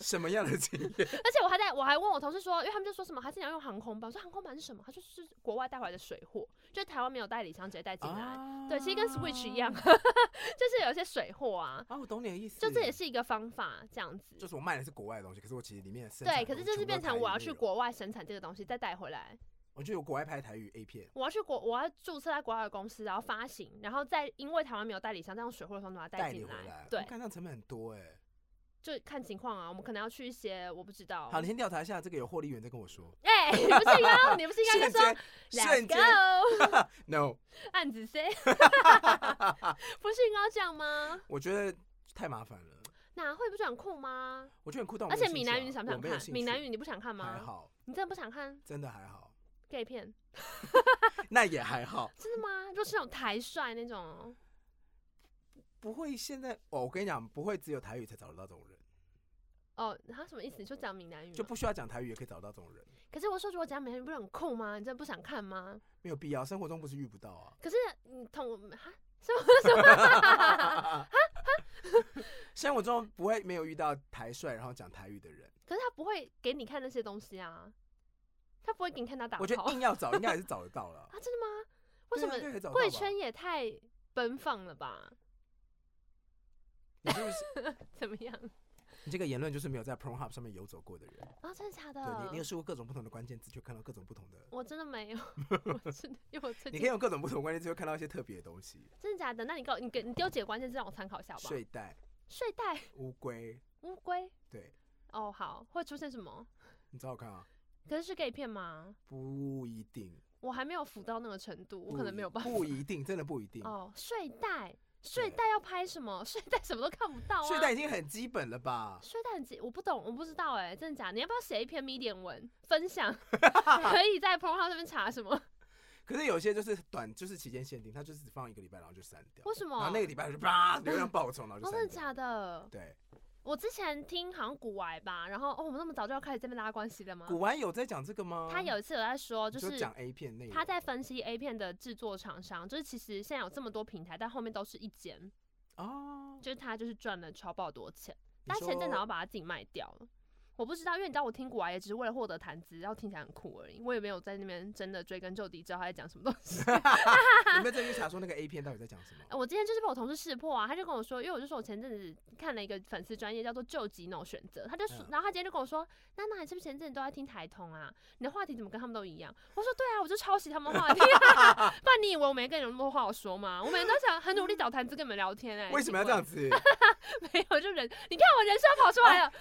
什么样的经验？
[LAUGHS] 而且我还在我还问我同事说，因为他们就说什么还是你要用航空包，我说航空包是什么？他说是国外带回来的水货，就是台湾没有代理商直接带进来。
哦啊
对，其实跟 Switch 一
[LAUGHS]
样，就是有一些水货啊，
啊，我懂你的意思。
就这也，是一个方法，这样子。
就是我卖的是国外的东西，可是我其实里面生产
对，
的
可
东
是
西
就是
全部都
变成
台
我要
语
去
内容，
国外生产这个东西，再带回来。
我就有国外拍台语 A 片，
我要去国，我要注册在国外的公司，然后发行，然后再因为台湾没有代理商，再用水货的方法把
代
它带
理
进
回来，
对，
看那成本很多哎。
就看情况啊，我们可能要去一些我不知道。
好，你先调查一下这个有获利源再跟我说。
哎、不是要，你不是应该
瞬
说
间，瞬
，Let's
间
go，
，no，
案
[LAUGHS]
子 C，不是应该要这样吗？
我觉得太麻烦了。
哪会不是很酷吗？
我觉得很酷，但我
而
没有
且闽
兴趣
南语
啊
你想不
我
想
没有
看？
兴
闽南
趣
语你不想看
还
吗？
好，
你真的不想看
真的还好，
gay 片？
那也还好，
真的吗？就是那种台帅那种哦，
不会现在哦，我跟你讲，不会只有台语才找得到这种人，
哦，他什么意思？你就讲闽南语
就
吗？
不需要讲台语也可以找到这种人，
可是我说，如果讲闽南语不是很酷吗？你真的不想看吗？
没有必要，生活中不是遇不到啊。
可是你同我们哈什么什么？
[LAUGHS]
[LAUGHS]
生活中不会没有遇到台帅然后讲台语的人，
可是他不会给你看那些东西啊，他不会给你看他打
我觉得
炮
硬要找应该还是找得到
[LAUGHS]
了。
啊，真的吗？为什
对啊应该
么
还找得
贵
到吧
圈也太奔放了吧？
你是不是
怎么样
你这个言论就是没有在 Pornhub 上面游走过的人？
啊？真的假
对你，你有
的？
试过各种不同的关键字，就看到各种不同的。
我真的
[LAUGHS]
没有，我真的，因为我最
你可以
近
用各种不同的关键字，会看到一些特别的东西。
真的假的？那你给我，你给你丢几个关键字让我参考一下好不好？
睡袋、
睡袋、
乌龟，
乌龟，
对
哦，好，会出现什么？
你找我看啊，
可是是 gay 片吗？
不一定，
我还没有腐到那个程度，我
不
可能
一
没有办法。
不一定，真的不一定。
哦，睡袋，睡
对
袋要拍什么？睡袋什么都看不到啊。
睡袋已经很基本了吧？
[LAUGHS] 睡袋很急，我不懂，我不知道哎、真的假的？你要不要写一篇 medium 文
[LAUGHS]
分享？可以在 p r o 上面查什么？
可是有些就是短，就是期间限定，它就是只放一个礼拜，然后就删掉。
为什么
然后那个礼拜就啪流量爆冲，然后就
哦，真
删掉。
的假的？
对，
我之前听好像古玩吧，然后哦，我们那么早就要开始这边拉关系了吗？
古玩有在讲这个吗？
他有一次有在说，
你
就
说
是
讲 A 哦片内容，
他在分析 A 片的制作厂商，就是其实现在有这么多平台，但后面都是一间，
哦，
就是他就是赚了超爆多钱，
你
但前阵子
说
好像把他自己卖掉了。我不知道，因为你知道我听古玩也只是为了获得谈资，然后听起来很酷而已。我也没有在那边真的追根究底，知道他在讲什么东西。
你们再去查说那个 A 片到底在讲什么？
呃我今天就是被我同事识破啊，他就跟我说，因为我就说我前阵子看了一个粉丝专业叫做“救急 no 选择”，他就说，
嗯
然后他今天就跟我说，娜娜，你是不是前阵子都在听台通啊？你的话题怎么跟他们都一样？我说对啊，我就抄袭他们话题、
[LAUGHS]
啊，不然你以为我每天跟你有那么多话好说吗？我每天都想很努力找谈资跟你们聊天哎、
为什么要这样
子？
子
[LAUGHS] 没有，就人，你看我人设跑出来了，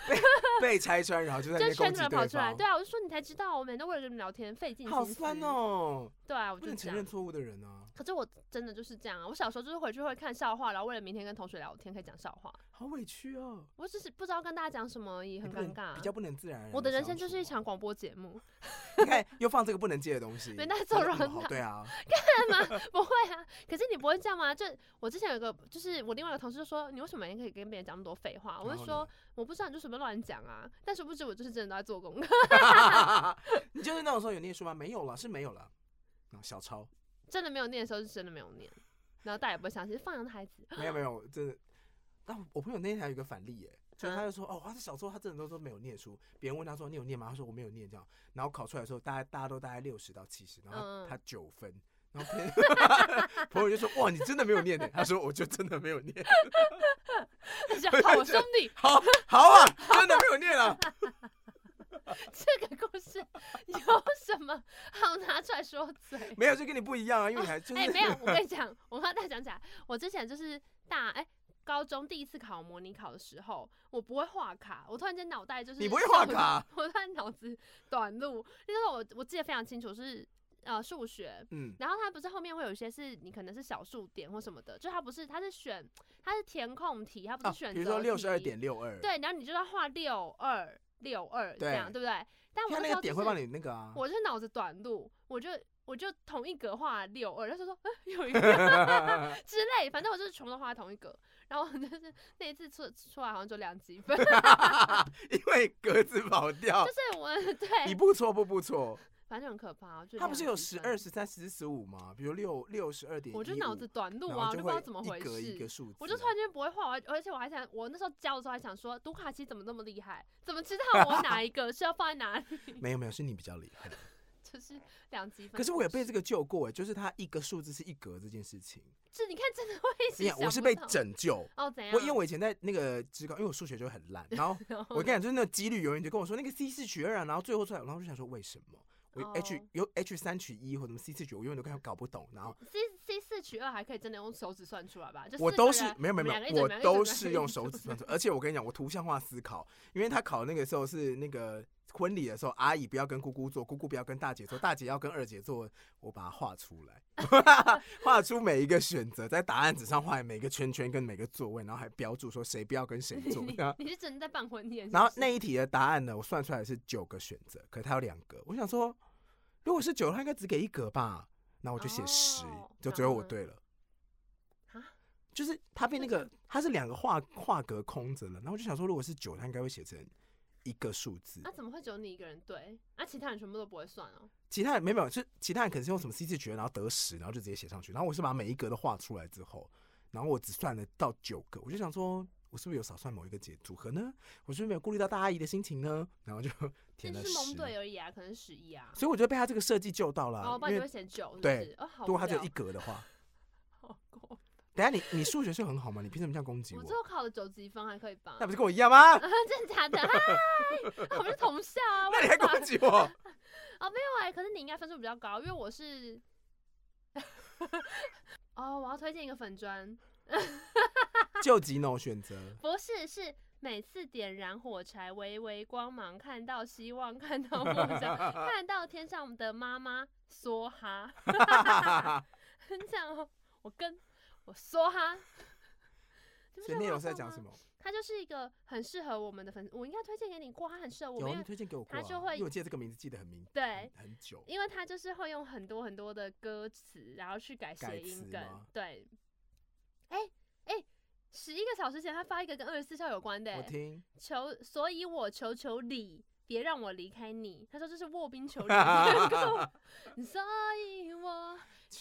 被拆穿，然后就在那边
就
攻
圈
击
子了跑
啊对
出来，
方？
对啊，我就说你才知道，我每天都为了跟你们聊天费尽心思，
好酸，哦，
对啊，我
不
就
能
这
承
样
认。错误的人啊，
可是我真的就是这样啊！我小时候就是回去会看笑话，然后为了明天跟同学聊天可以讲笑话，
好委屈哦，
我只是不知道跟大家讲什么而已，
你
很
不能
尴尬。
比较不能自然而然地
我的人生
相处
就是一
啊
场广播节目， [LAUGHS]
你看，又放这个不能借的东西，
没那
这
种
有什么
人
好
啊
对
[LAUGHS]
啊， [LAUGHS]
不会啊。可是你不会这样吗？就我之前有一个，就是我另外一个同事就说，你为什么每天可以跟别人讲那么多废话？我
然
就
后
说，我不知道，你就随便乱讲啊。 [LAUGHS] 但是不知我就是真的都在做功课，
呢你就是那种时候有念书吗？没有了，是没有了。啊小抄
[LAUGHS] 真的没有念的时候是真的没有念，然后大家也不会相信，放羊的孩子。 [LAUGHS]
没有没有，真的。但我朋友那天还有一个反例耶，就是
啊
他就说哦，他是小时候他真的都说没有念书，别人问他说你有念吗？他说我没有念这样，然后考出来的时候大家大家都大概六十到七十，然后
嗯嗯
他九分。然后朋友朋友就说：“哇，你真的没有念呢？”他说：“我就真的没有念，
他说
[LAUGHS]
好兄弟，
好好啊，真的没有念啊。
[LAUGHS] 这个故事有什么 [LAUGHS] 好拿出来说嘴？
没有就跟你不一样啊，因为你还就是、
哎、没有，
[LAUGHS]
我跟你讲，我跟大家讲起来，我之前就是大哎、高中第一次考模拟考的时候，我不会画卡，我突然间脑袋就是
你不会画
上
卡，
我突然脑子短路。那时候我我记得非常清楚是呃数学，
嗯，
然后它不是后面会有一些是你可能是小数点或什么的，就它不是它是选它是填空题，它不
啊
是选择、
比如说六十二，点六二，
对，然后你就要画六二六二这
对
样，对不对？但我
他
那
那
时
个
候就
点
是
会帮你那个啊，
我就脑子短路，我就我就同一格画六二，他就说、嗯、有
[LAUGHS]
一个之类，反正我就是全部都画同一格。然后我就是那一次出出来好像就两积分，就 [LAUGHS]
因为格子跑掉，
是我 [LAUGHS] 哎
一
对
步错步步错，
反正就很可怕、啊。就
它不是有
量
十
级
二、
分，
十三、十四、五吗？比如六六十二点一五，
我就脑子短路
然
啊，
后
我
就
就不知道
会
怎么
一
回
格一个
事。
数字啊，
我就突然间不会画，我还而且我还想，我那时候教的时候还想说，读卡奇怎么那么厉害？怎么知道我哪一个 [LAUGHS] 是要放在哪里？
没有没有，是你比较厉
[LAUGHS]
害。
就是两极分。
可是我也被这
个，
个救过哎，就是它一个数字是一格这件事情，
这你看真的会一直
你看
想
我是
不
被
到
拯救。
哦，怎样？
我因为我以前在那个职高，因为我数学就很烂，然
[LAUGHS]
后
然后
我跟你讲，就是那个几率永远就跟我说那个 C 四取二啊，然后最后出来，然后我就想说为什么我
哦
H 有 H 三取一或什么 C 四取，我永远都搞搞不懂。然后
C C 四取二还可以真的用手指算出来吧？就
我
四
都
个
是
人
没有没有
们
没
两个一
有，
整
我
个一整
都
个
是
一
用
整
手
个
指算出
[LAUGHS]
来，而且我跟你讲，我图像化思考，因为他考那个时候是那个婚礼的时候，阿姨不要跟姑姑做，姑姑不要跟大姐做，大姐要跟二姐做，我把它画出来， [LAUGHS] 画出每一个选择，在答案纸上画每个圈圈跟每个座位，然后还标注说谁不要跟谁哎做。然后
你是真的在办婚宴是不
然
是？
后那一题的答案呢，我算出来是九个选择，可是它有两个，我想说，如果是九，它应该只给一格吧？那我就写十
哦，
就
然
最后
后
我
呢
对了
啊。
就是它被那
真
个，它是两个画画格空着了，然后我就想说，如果是九，它应该会写成一个数字
啊那、，怎么会只有你一个人对？那、其他人全部都不会算哦。
其他人没有没有，是其他人可能是用什么 C 字诀，然后得十，然后就直接写上去，然后我是把每一格都画出来之后，然后我只算了到九个，我就想说，我是不是有少算某一个解组合呢？ [LAUGHS] 我是不是没有顾虑到大阿姨的心情呢？然后就
这
填
就
了
是蒙
十。
对而已啊，可能十一啊。
哦所以我觉得被他这个设计救到了啊、
哦，不然
因
就会
为
写九，是不
对
是哦，好无
如果
聊。
他只有一格的话，
[LAUGHS] 好过
等一下你你数学是很好吗？你凭什么这样攻击
我
我？
最后考了九级分，还可以吧
那？不是跟我一样吗？ [LAUGHS]
[LAUGHS] 真的假的？嗨，我们是同校啊。
那你还
哇塞
攻击
[LAUGHS]
我？
对，啊可是你应该分数比较高，因为我是。 [LAUGHS] 哦，我要推荐一个粉砖，
救急 no 选择，
不是，是每次点燃火柴，微微光芒，看到希望，看到梦
[LAUGHS]
想，看到天上的妈妈，梭哈， [LAUGHS] 很像哦。我跟我梭哈，你不
所
觉
以
得
内
很
容
好
是在
笑
讲
吗
什？么？
它就是一个很适合我们的粉，我应该推荐给你过，它很适合我
有啊
们，因
你
为
推荐给我过、啊，
他就会哎
因为我记得这个名字记得很明，
对，
很很久。
因为它就是会用很多很多的歌词，然后去改
改
谐音
词
梗
吗。
对，哎哎，十一个小时前他发一个跟二十四孝有关的、
我
欸，
听，
求，所以我求求你，别让我离开你。他说这是卧冰
[LAUGHS]
求鲤 [LAUGHS] 的歌，所以我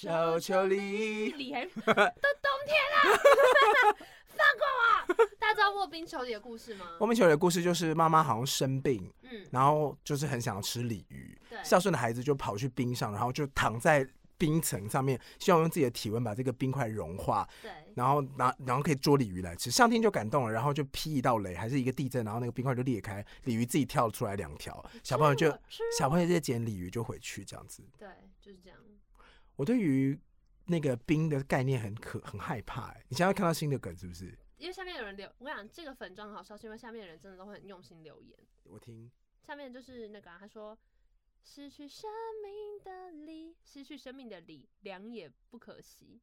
求求
你
你，
理还都冬天了，啊放过我。大家知道卧冰求鲤的故事吗
我？们求的故事就是妈妈好像生病，
嗯，
然后就是很想要吃鲤鱼，
对，
孝顺的孩子就跑去冰上，然后就躺在冰层上面，希望用自己的体温把这个冰块融化，
对，
然后拿然后可以捉鲤鱼来吃。上天就感动了，然后就劈一道雷，还是一个地震，然后那个冰块就裂开，鲤鱼自己跳出来两条，小朋友就
吃我吃
小朋友就捡鲤鱼就回去这样子。
我，对，就是这样。
我对于那个冰的概念很可很害怕、欸，你现在看到新的梗是不是？
因为下面有人留，我跟你讲，这个粉妆很好笑，是因为下面的人真的都会很用心留言。
我听
下面就是那个、啊、他说：“失去生命的理，失去生命的理，凉也不可惜，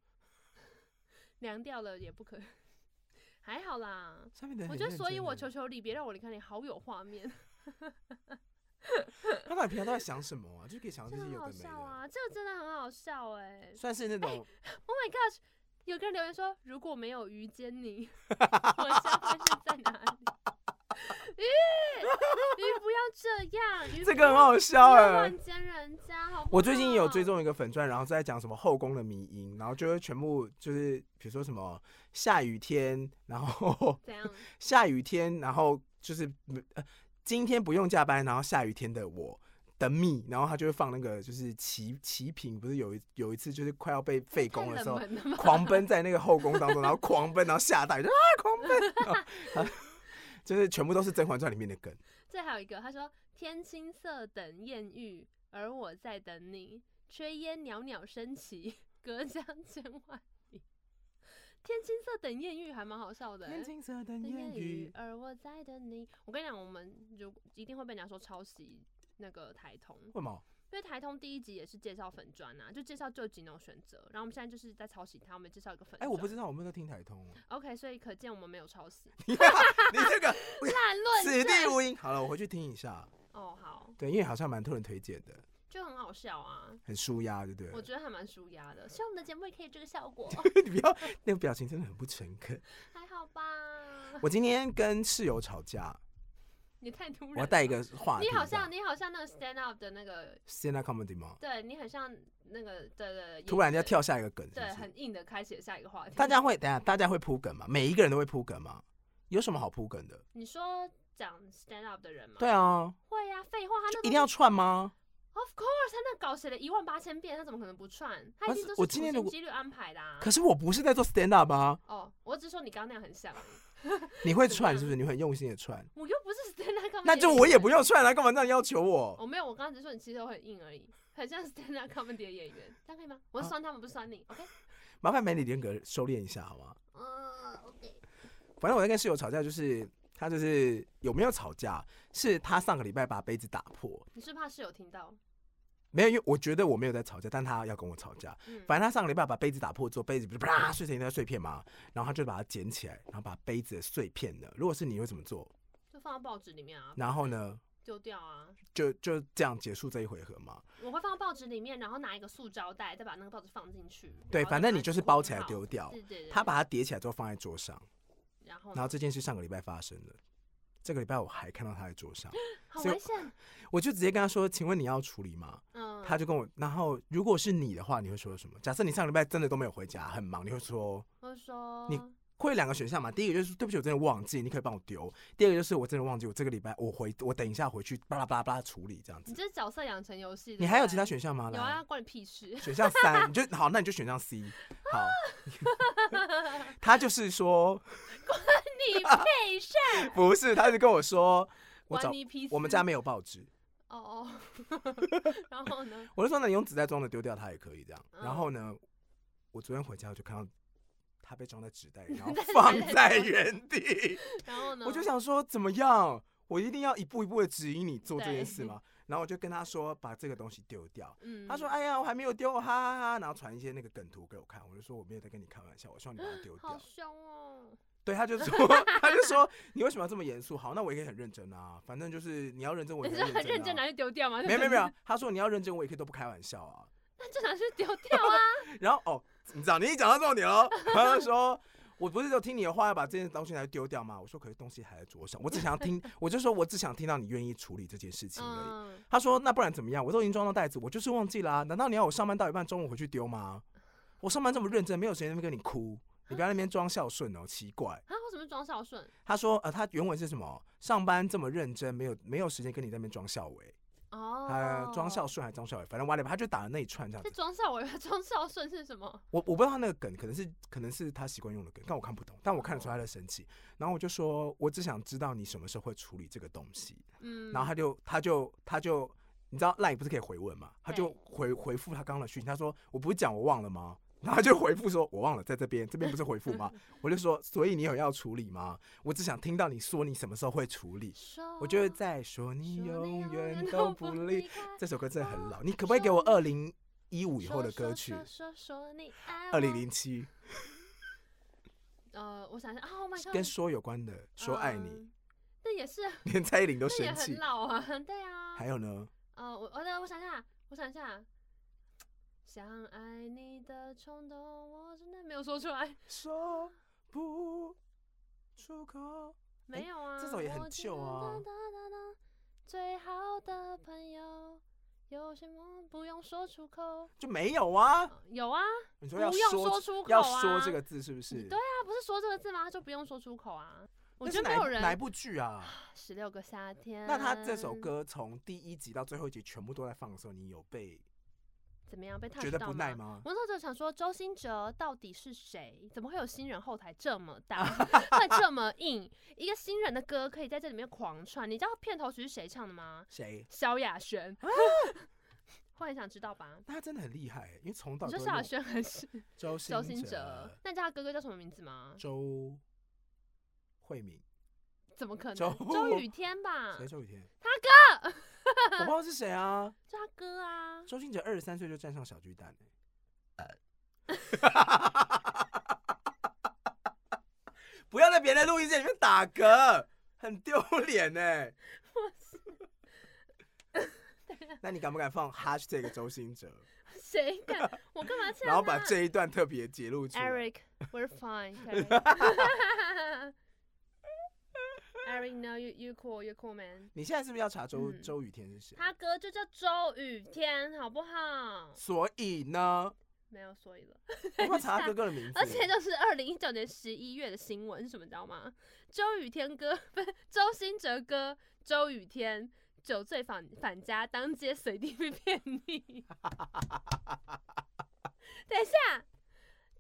[LAUGHS] 凉掉了也不可， [LAUGHS] 还好啦。
上面的人
我
很
觉
认真欸，
得，所以我求求你，别让我离开你，好有画面，
他到底平常都在想什么啊？就是可以想到
这
这些
很
有的
好
没
笑
的，
啊，这个真的很好笑
[LAUGHS]
哎、
算是那种
o h my gosh，有个人留言说：“如果没有于坚尼， [LAUGHS] 我下会是在哪里？”鱼鱼不要这样，鱼
这
不
个很
要
好笑
不
哎、
要乱奸人家，好不好
我最近也有
哦
追，踪一个粉钻，然后在讲什么后宫的迷因，然后就会全部就是比如说什么下雨天，然后
怎样？
下雨天，然后就是呃今天不用加班，然后下雨天的我的蜜，然后他就会放那个就是齐齐平，不是有一有一次就是快 [LAUGHS] 要被废
太
宫的
冷
时候，
门了 [LAUGHS] 吗？
狂奔在那个后宫当中，然后狂奔，然后下大雨就啊狂奔， [LAUGHS] 然后然后就是全部都是《甄嬛传》里面的梗。
这还有一个，他说天青色等艳遇，而我在等你，炊烟袅袅升起，隔江千万里。 [LAUGHS] 天青色等艳遇还蛮好笑的、欸。
天青色等
等
烟
烟
雨
雨，，而我在等你。我跟你讲，我们如一定会被人家说抄袭那个台通，因
为什么？
为台通第一集也是介绍粉砖啊，就介绍就几种选择，然后我们现在就是在抄袭他，我们介绍一个粉
哎、
砖。
我不知道，我们都听台通哦。
OK，所以可见我们没有
[LAUGHS]
抄袭。
你这
[LAUGHS]
个
烂论
此地
证
无银。好了，我回去听一下。
哦，好，
对，因为好像蛮多人推荐的，
就很好笑啊。
很舒压，对不对
我？觉得还蛮舒压的，希望我们的节目也可以有这个效果，
[LAUGHS]
哦
你不要那个表
[LAUGHS]
情真的很不诚恳。
还好吧？
我今天跟室友吵架，
你太突然
我
了。
要带一个话题
你
这样。
好像你好像那个 stand up 的那个，
stand up comedy 吗？
对你很像那个对对对，
突然
要
要，跳下一个梗是不
对，
是
很硬的开启了下一个话题。
大家会等一下，大家会铺梗吗？每一个人都会铺梗吗？有什么好铺梗的？
你说讲 stand up 的人吗？
对，啊，
会呀、废话，他那
就
都
一定要
是
串吗？
，of course，他那稿写了一万八千遍，他怎么可能不串？他
不
一定
是
都
我
是
今
处
天
心
如果
积虑安排的、啊。
可是我不是在做 stand up 啊，
哦，我只是说你刚刚那样很像而已，
你会
怎么
串
样
是不是？你会很用心的串，
我又不是 stand up comedy，
那就
的
我也
演
不
员。
用串啊了，干嘛这样要求我？
我哦没有，我刚刚只是说你其实都很硬而已，很像 stand up comedy 的演员，这样可以吗？我
啊
是酸他们，不是酸你，OK？
麻烦把你人格收敛一下好吗？
嗯，OK。
反正我在跟室友吵架，就是他就是有没有吵架，是他上个礼拜把杯子打破，
你是怕室友听到？
没有，因为我觉得我没有在吵架，但他要跟我吵架。
嗯，
反正他上个礼拜把杯子打破之后，杯子不是啪碎成一堆碎片吗？然后他就把它捡起来，然后把杯子的碎片呢，如果是你会怎么做？
就放到报纸里面啊，
然后呢，
丢掉啊。
就就这样结束这一回合嘛？
我会放到报纸里面，然后拿一个塑胶袋，再把那个报纸放进去。
对，
然后
反正你就是包起来
把它
丢掉
捆好。。对对对。
他把它叠起来之后放在桌上，
然后
然
呢
后这件事上个礼拜发生了，这个礼拜我还看到他在桌上， [LAUGHS]
好
所以
危险。
我就直接跟他说：“请问你要处理吗？”
嗯，
他就跟我，然后如果是你的话，你会说什么？假设你上礼拜真的都没有回家，很忙，你会说
我就说
你会有两个选项嘛？第一个就是对不起，我真的忘记，你可以帮我丢；第二个就是我真的忘记，我这个礼拜我回我等一下回去巴拉巴拉巴拉处理这样
你
子。
这是角色养成游戏。对
你
不
还有
对
其他？选项吗？
嗯有
来
啊，关你
[LAUGHS]
屁事。
选项三，你就好，那你就选项 C。好，
[LAUGHS]
他就是说
你屁事，
不是，他就跟我说我
关
找
你屁事。
我们家没有报纸，
哦哦， [LAUGHS] 然后呢？
我就说那你用纸袋装的丢掉它也可以这样。然后呢，我昨天回家我就看到它被装在纸袋，然后放在原地，
然后呢？
我就想说怎么样，我一定要一步一步的指引你做这件事吗？然后我就跟他说把这个东西丢掉。
嗯，
他说：“哎呀，我还没有丢，哈哈哈！”然后传一些那个梗图给我看，我就说我没有在跟你开玩笑，我希望你把它丢
好
掉。
凶哦。
对，他就说，他就说你为什么要这么严肃？好，那我也可以很认真啊，反正就是你要认真，我也
你
可以
是很认
认
真
真啊。
拿去丢掉吗？
没有没有没有，，他说你要认真，我也可以都不开玩笑啊。
那就拿去丢掉啊。
然后哦，你知道你一讲到重点哦，他就说。我不是就听你的话要把这件东西拿去丢掉吗？我说可是东西还在桌上，我只想要听，我就说我只想听到你愿意处理这件事情而已。
嗯，
他说那不然怎么样？我都已经装到袋子，我就是忘记啦、难道你要我上班到一半中午回去丢吗？我上班这么认真，没有时间跟你哭，你不要在那边装孝顺哦，奇怪。
啊，为什么装孝顺？
他说，呃，他原文是什么？上班这么认真，没有没有时间跟你在那边装孝伟，他
哦，
装孝顺还装孝伟，反正歪了吧，他就打了那一串这样
这
子。
装孝，我以为装孝顺是什么？
我我不知道他那个梗，可能是可能是他习惯用的梗，但我看不懂，但我看得出
哦
他在生气。然后我就说，我只想知道你什么时候会处理这个东西。
嗯，
然后他就他就他就，你知道赖不是可以回问嘛？他就
对
回回复他刚刚的讯息，他说我不是讲我忘了吗？然后他就回复说：“我忘了，在这边，这边不是回复
[LAUGHS]
吗？”我就说：“所以你有要处理吗？我只想听到你说你什么时候会处理。”
说
我就会再说你
哦说
永远
远
都
都
不
离
离。
开
这首歌真的很老，你可
说
不可以给我二
你
零一五以后的歌曲
说？说说说你爱我
二零零七
呃，我想想啊，Oh my god，
跟说有关的，说爱你，
嗯，那也是，
[LAUGHS] 连蔡依林都
那也
生
很
气。
老啊，对啊。
还有呢，
呃，我我的我想一下，我想一下，想爱你的冲动，我真的没有说出来，
说不出口。
没有啊。
哎这首也很
我记
旧
得
啊
哒哒哒最好的朋友，有些梦不用说出口。
就没有啊？
呃有啊，
你说要
不用
说
说出口
要说
啊
这个字是不是？
对啊，不是说这个字吗？就不用说出口啊。我
那
觉
是
得
哪
没有
一哪一
人嗯
部剧啊？
十六个夏天。
那他这首歌从第一集到最后一集全部都在放的时候，你有被
怎么样被 touch
觉得
到
不耐？吗？
我那时候就想说，周兴哲到底是谁？怎么会有新人后台这么
[LAUGHS]
大，会这么硬？一个新人的歌可以在这里面狂串，你知道片头曲是谁唱的吗？
谁？
萧亚轩。 [LAUGHS] 忽然想知道吧？
那他真的很厉害欸，因为从到
你
尾
说
都
萧亚
用
轩还是
[LAUGHS] 周
周
兴
兴哲？那你知道他哥哥叫什么名字吗？
周慧敏，
怎么可能？
周 [LAUGHS]
周雨天吧，
谁？周雨天？
嗯他 [LAUGHS]
哥，我不知道是谁啊。
就他哥啊。
周星哲二十三岁就站上小巨蛋、欸，呃， [LAUGHS] 不要在别人的录音间里面打嗝，很丢脸欸呢。
[LAUGHS]
那你敢不敢放 hash 这个周星哲，
谁敢？我干嘛这
然
样、啊？
后把这一段特别截录出来？ [LAUGHS]
Eric，we're fine 。 [LAUGHS] Eric No You You Cool You Cool Man，
你现在是不是要查周
嗯
周雨天是谁？
他哥就叫周雨天，好不好？
所以呢，
没有所以了。
我要查他哥哥的名字。
[LAUGHS] 而且就是二零一九年十一月的新闻，什么你知道吗？周雨天哥不是周兴哲哥，周雨天酒醉返返家，当街随地被 [LAUGHS]
[LAUGHS]
骗溺。等一下，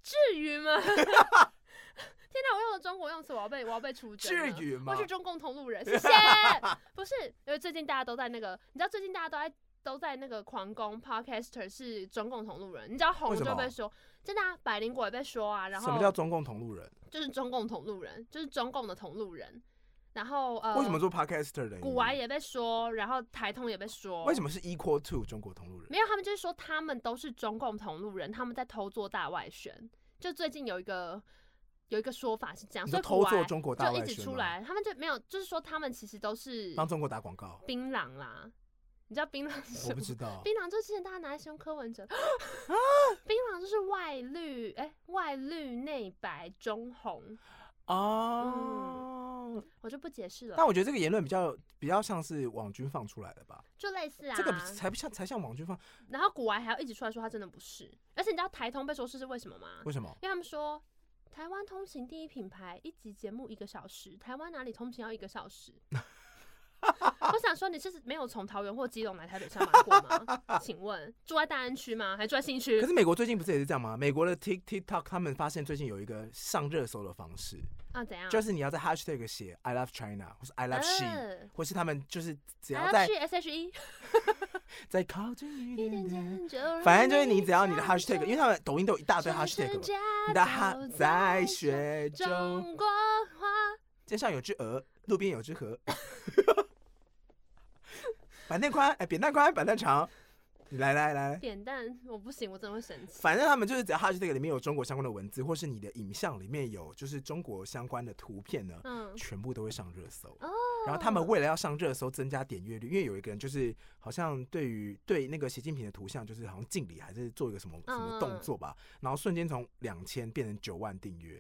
至于吗？ [LAUGHS] 天哪！我用了中国用词，我要被我要
[LAUGHS]
被出征
至
了。
于
我
吗
是？中共同路
[LAUGHS]
人，谢谢。不是，因为最近大家都在那个，你知道最近大家都在都在那个狂攻 podcaster 是中共同路人，你知道红
为什
就
么
被说，真的、啊，百灵果也被说啊，然
什么叫
后
中共同路人？
就是中共同路人，就是中共的同路人，然后呃，
为什么做 podcaster 的？
古玩也被说，然后台通也被说，
为什
么？
么是 equal to 中国同路人？
没有，他们就是说他们都是中共同路人，他们在偷做大外宣，就最近有一个。有一个说法是这样，
你
所
说
以
偷
古
做
玩
中国大
就
外
一直
宣
出
吗？
来，他们就没有，就是说他们其实都是
帮中国打广告？
槟榔啦，你知道槟榔
我
是什
不
么？
知道。
槟榔就是之前大家拿来形容
[GASPS]
柯文哲，啊槟榔就是外绿，哎、外绿内白中红，
哦，
我就不解释了
但，我觉得这个言论比较比较像是网军放出来的吧，
就类似啊。
这个才不像才像网军放。
然后古玩还要一直出来说他真的不是，而且你知道台通被说是是为什么吗？
为什么？
因为他们说台湾通勤第一品牌，一集节目一个小时，台湾哪里通勤要一个
[LAUGHS]
小时？我想说，你是没有从桃园或基隆来台北上班过吗？请问住在大安区吗？还住在新区
可？是美国最近不是也是这样吗？美国的 Tik TikTok 他们发现最近有一个上热搜的方式，
啊，怎样？
就是你要在 hashtag 写 I love China 或是 I love she，
嗯
或是他们就是只
还
要
要
在
去 S H E，
再靠近一
一
点
点嗯
点，
点就让
反正就是你只要你的 hashtag，因为
为
他们抖音都有一大堆 hashtag，嘛你的哈在雪中，
中国话。
街上有只鹅，路边有只河。 [LAUGHS] 板凳宽，哎，扁担宽，板凳长。你来来来，
扁担我不行，我真的会生气。
反正他们就是只要 hashtag 里面有中国相关的文字，或是你的影像里面有就是中国相关的图片呢，
嗯，
全部都会上热搜。
哦
然后他们为了要上热搜，增加点阅率，因为有一个人就是好像对于对那个习近平的图像，就是好像敬礼还是做一个什么
嗯
什么动作吧，然后瞬间从两千变成九万订
[GASPS]
阅，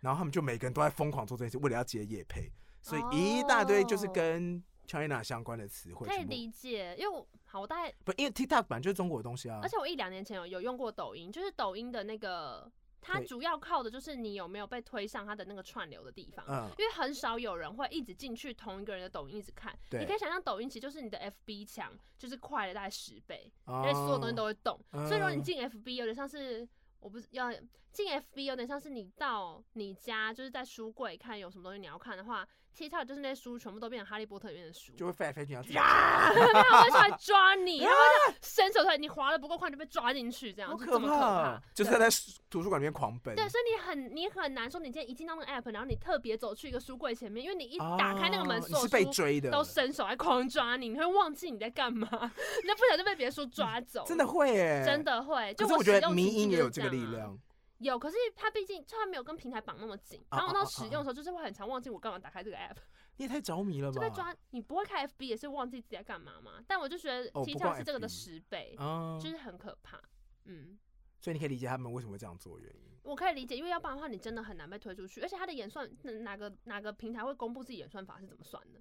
然后他们就每个人都在疯狂做这件事，为了要接业配，所
哦
以一大堆就是跟 China 相关的词汇
可以
全部，
理解，因为我好，我大概，
不因为 TikTok 本来就是中国的东西啊
而，且我一两年前有有用过抖音，就是抖音的那个，它
对
主要靠的就是你有没有被推上它的那个串流的地方。
嗯，
因为很少有人会一直进去同一个人的抖音一直看，
对
你可以想象抖音其实就是你的 FB 墙，就是快了大概十倍。
因
因为所有东西都会动。
嗯
所以如果你进 FB 有点像是，我不是要进 FB 有点像是你到你家就是在书柜看有什么东西你要看的话，TikTok 就是那些书全部都变成哈利波特里面的书。
就会飞来飞去，然后自己
啊！他会上来
[LAUGHS]
抓你，然后就伸手出来，你滑的不够快你就被抓进去，这样
好
就这么可怕
怕。，就是
对
他在图书馆里面狂奔，
对，所以你很你很难说，你今天一进到那个 app，然后你特别走去一个书柜前面，因为你一打开那个门，
哦你
所有
是被
书
追的，
都伸手来狂抓你，你会忘记你在干嘛， [LAUGHS] 你就不小心被别的书抓走。
嗯真的会耶，
真。的会。就
可是我觉
使
得
用
迷
情境
音也
就是
有这个
样
力
啊。
量，
有，可是它毕竟就它没有跟平台绑那么紧，
啊
然后我
啊
到
啊
使
啊
用的时候，就是会很常忘记我干嘛打开这个 app，
你也太着迷了
就
吧？
被抓。你不会开 FB 也是忘记自己在干嘛嘛？但我就觉得
哦不
TikTok
逛
是这个的
FB
十倍，
啊
就是很可怕。嗯，
所以你可以理解他们为什么会这样做的原因。
我可以理解，因为要不然的话，你真的很难被推出去。而且它的演算，哪个哪个平台会公布自己演算法是怎么算的？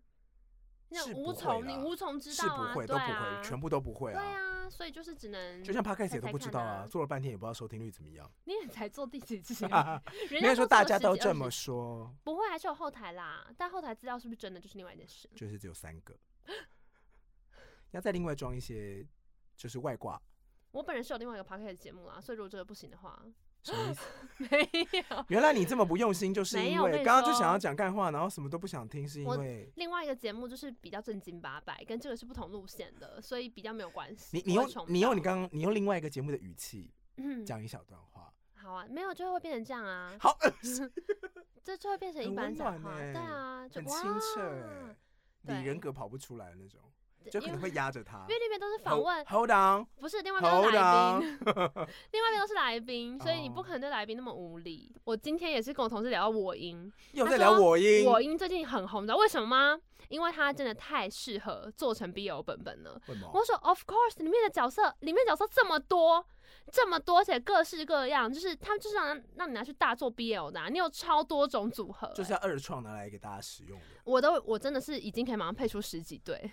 那
是不
无
会
从，你
啦
无从知
是
道
不
啊，
会，
对
都不
啊
会，，全部都不会
对
啊。
啊，所以就是只能
就像 podcast 也
猜
都
猜
不知
看
道
啊
啊，做了半天也不知道收听率怎么样。
你也才做第几集
[LAUGHS]
而
啊
已，人
没有说
只
大
有
家
10
都
集
这
20 [LAUGHS]
么说，
不会，还是有后台啦，但后台资料是不是真的就是另外一件事。
就是只有三
[LAUGHS]
个，要再另外装一些，就是外挂，
我本人是有另外一个 p o c a s t 节目啦，所以如果这个不行的话， [LAUGHS]
什么意思？
没有。
原来你这么不用
[LAUGHS]
心，就是
没
因
有我跟
为
你
刚刚就
说
想要讲干话，然后什么都不想听，是因
我
为
另外一个节目就是比较正经八百，跟这个是不同路线的，所以比较没有关系。
你你
不会
用
重
你用你
蹈
刚刚你用另外一个节目的语气
嗯
讲一小段话，
好啊，没有就会变成这样啊， [LAUGHS]
好恶
这就会变成一
很
般
温
讲
暖
话，
欸
对啊，就
很清澈
哇
哎，你
对
人格跑不出来的那种。就可能会压着他
因。为那边都是访问，
Hold on，
不是另外一边都是
Hold
来
on，
宾， [LAUGHS] 另外一边都是来宾，所以你
哦
不可能对来宾那么无理。我今天也是跟我同事聊到我音，
又
他
在聊
说
我音，
我音最近很红，你知道为什么吗？因为它真的太适合做成 BL 本本了。
为什么
我说，Of course，里面的角色，里面角色这么多，这么多，而且各式各样，就是他们就是让让你拿去大做 BL 的啊、你有超多种组合欸、
就是要二创拿来给大家使用的。
我都我真的是已经可以马上配出十几对，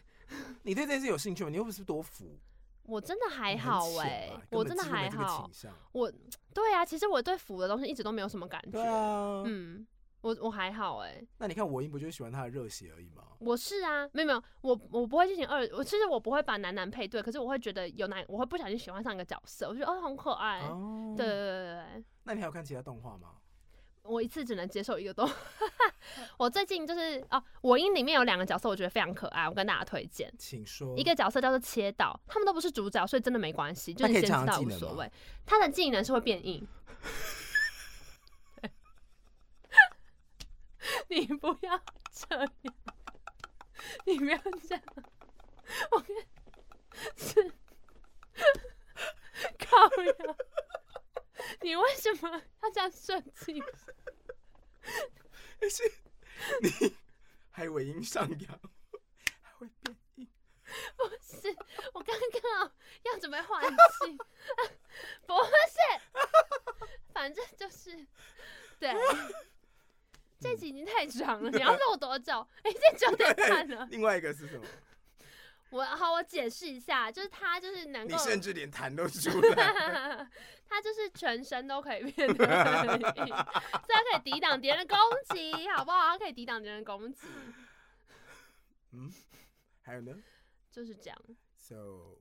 你对这件事有兴趣吗？你又不是多服，
我真的还
你很
好
浅
哎、
吧
我
根
真
本基
的
本没
还
这个
好
倾，向
我对啊，其实我对腐的东西一直都没有什么感觉，
对啊，
嗯，我我还好哎、
那你看我音不就是喜欢他的热血而已吗？
我是啊，没有没有，我我不会进行二，我其实我不会把男男配对，可是我会觉得有男，我会不小心喜欢上一个角色，我觉得哦很可爱，
哦，
对对对对对。
那你还有看其他动画吗？
我一次只能接受一个动。 [LAUGHS] 我最近就是哦，我音里面有两个角色，我觉得非常可爱，我跟大家推荐。
请说。
一个角色叫做切岛，他们都不是主角，所以真的没关系，就
他可
是
以
先知
加上
道
技
无
能
所
吗
谓。他的技能是会变硬。你不要这样，你不要这样，我跟是靠呀！你为什么要这样设计？
[LAUGHS] 是你还尾音上扬，还会变音。
不是，我刚刚要准备换气，不是，反正就是，对，这集已经太长了，你要录多久？已经九点半了。
另外一个是什么？
我好，我解释一下，就是他就是能
你
够，
甚至连痰都出来。 [LAUGHS]
他就是全身都可以变得很硬，所以他可以抵挡敌人的攻击，好不好？他可以抵挡敌人的攻击，
嗯，还有呢
就是这样。
？So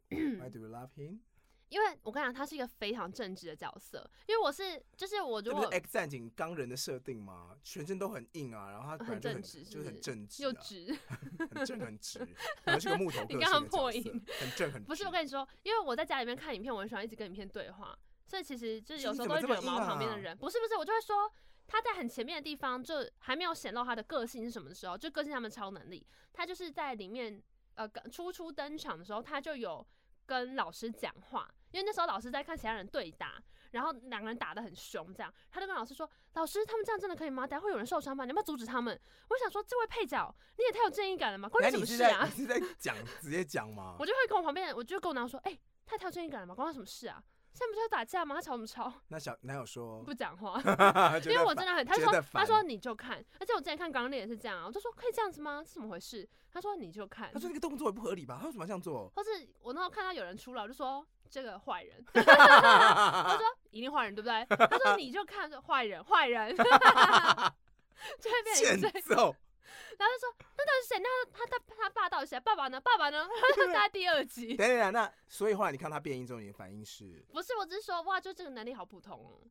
why do we love him？
因为我跟你讲，他是一个非常正直的角色，因为我是，就是我
这
如
不是
果
X 战警钢人的设定吗？全身都很硬啊，然后他本来
很
就
正
很
直，
就是很正直、啊，
又直。
很正很直，可能是个木头
你
个
刚
性
刚
的
破
角色
音，
很正很直。
不是，我跟你说，因为我在家里面看影片，我很喜欢一直跟影片对话，所以其实就是
是
有
你
时
怎
候都
么
会
这么
惹毛
硬
旁边的
啊
人。不是不是，我就会说他在很前面的地方，就还没有显露他的个性是什么的时候，就个性他们超能力，他就是在里面呃刚初初登场的时候，他就有跟老师讲话，因为那时候老师在看其他人对打。然后两个人打得很凶，这样他就跟老师说：“老师，他们这样真的可以吗？等下会有人受伤吗？你要不要阻止他们？”我想说，这位配角你也太有正义感了嘛，关
那
你
你
什么
是
事
在、
啊？
你是在讲直接讲吗
我？就会跟我旁边，人，我就跟我男友说，哎、他太有正义感了嘛，关他什么事啊？现在不是要打架吗？他吵什么吵？
那小男友说，
不讲话，
因
[LAUGHS] 因为我真的很，他
觉
说
得
他
烦
说你就看，而且我之前看《港烈》也是这样啊，我就说可以这样子吗？是怎么回事？他说你就看，
他说那个动作也不合理吧？他为什么要这样做？
或是我那时候看到有人出来，我就说这个坏
[LAUGHS]
人，他说一定坏人对不对？他说你就看这坏人
[LAUGHS]
坏人，就会变成
欠
这，
揍，
然后就说那到底是谁？那他他他爸到底是谁？爸爸呢？爸爸
[LAUGHS]
呢？大概第二集。
等一下，那所以后来你看他变音之后，你的反应是
不是，我只是说哇，就这个能力好普通哦。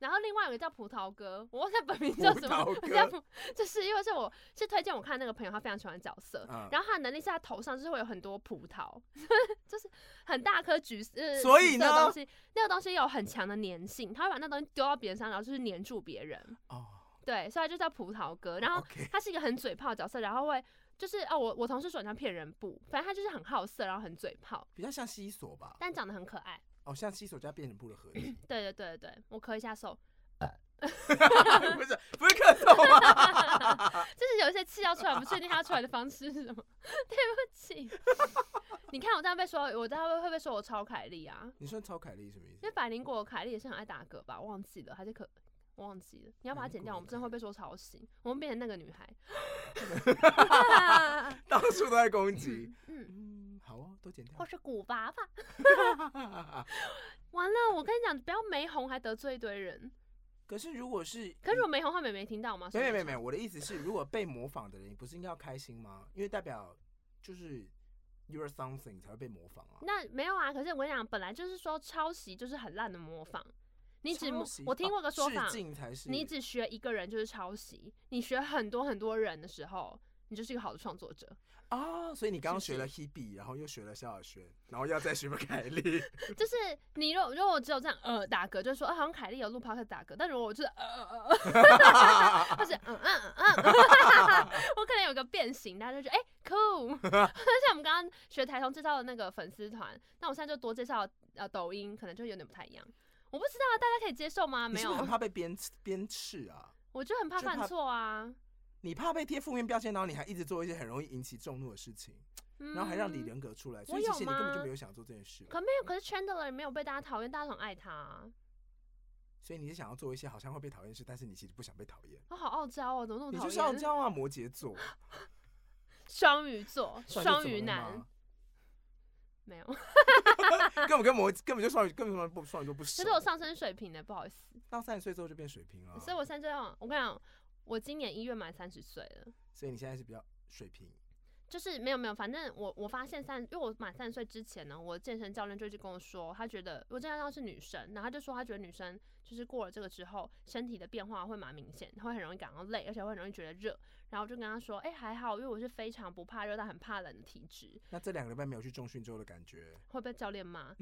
然后另外有个叫葡萄哥，我忘记他本名叫什么，
葡萄哥
我叫葡就是因为是我是推荐我看那个朋友，他非常喜欢角色，
嗯
然后他的能力是他头上就是会有很多葡萄， [LAUGHS] 就是很大颗橘色，呃
所以
紫色的
呢
东西那个东西有很强的粘性，他会把那东西丢到别人身上，然后就是粘住别人，
哦
对，所以他就叫葡萄哥。然后
，OK，
他是一个很嘴炮的角色，然后会就是哦，我我同事说很像骗人布，反正他就是很好色，然后很嘴炮，
比较像西索吧？
但长得很可爱。
哦，像西索加变成部的合
[LAUGHS]
体，
对对对对，我咳一下手，
哎不是不是咳
[LAUGHS]
嗽吗？
就是有一些气要出来，我不确定它出来的方式是什么。 [LAUGHS] 对不起， [LAUGHS] 你看我这样被说，我这样会会不会说我超凯莉啊？
你说超凯莉什么意
因为
思？
百灵果凯莉也是很爱打嗝吧？我忘记了，还是可我忘记了？你要把它剪掉，我们真的会被说抄袭，我们变成那个女孩。
到处都在攻
[LAUGHS]
击。
嗯，
嗯，好哦，都剪掉
或。是古巴吧？完了，我跟你讲，不要没红还得罪一堆人。
[LAUGHS] 可是如果是，
可是我没红，他们也没听到吗？
没有没有没有，我的意思是，如果被模仿的人，你不是应该要开心吗？因为代表就是 you're something 才会被模仿啊。
那没有啊，可是我跟你讲，本来就是说抄袭就是很烂的模仿，你只模
抄袭
我听过一个说
哦
法
致，敬才是
你只学一个人就是抄袭，你学很多很多人的时候，你就是一个好的创作者。
啊、所以你刚刚
是
学
不
了 Hebe，然后又学了萧亚轩，然后要再学凯莉。
就是你如果如果只有这样呃打嗝，就是说、啊、好像凯莉有录 p o d 打嗝，但如果我就是呃呃呃，呃或是嗯嗯嗯嗯， [LAUGHS] 我可能有个变形，大家就觉得哎、cool。像我 [LAUGHS] 们刚刚学台通介绍的那个粉丝团，那我现在就多介绍呃抖音，可能就有点不太一样。我不知道啊大家可以接受吗？
你
[LAUGHS] 没
是
有
不是，很怕被鞭鞭笞啊？
我就很怕
就怕
犯错啊。
你怕被贴负面标签，然后你还一直做一些很容易引起众怒的事情，
嗯、
然后还让里人格出来，所
我
以其
有
实你根本就
吗
没有想做这件事，
可没有，可是 Chandler 没有被大家讨厌，大家都很爱他啊。
所以你是想要做一些好像会被讨厌的事，但是你其实不想被讨厌，
我、好傲娇哦，怎么那么
你
讨
就是要这
厌？
样啊，摩羯座，
双鱼座，
不然就
双
怎么
鱼
了
男 [LAUGHS]
嘛，
没有。
[LAUGHS] 根本跟摩根本就双鱼，根本就不双鱼座不熟
这是。我上升水平欸的，不好意思。
到三十岁之后就变水平了，
所以我现在这样，我跟你讲，我今年一月满三十岁了，
所以你现在是比较水平，
就是没有没有，反正我我发现三，因为我满三十岁之前呢，我健身教练就一直跟我说，他觉得我健身教练是女生，然后他就说他觉得女生就是过了这个之后，身体的变化会蛮明显，会很容易感到累，而且会很容易觉得热。然后我就跟他说，哎、还好，因为我是非常不怕热但很怕冷的体质，
那这两个礼拜没有去重训之后的感觉，
会被教
[LAUGHS]
练骂，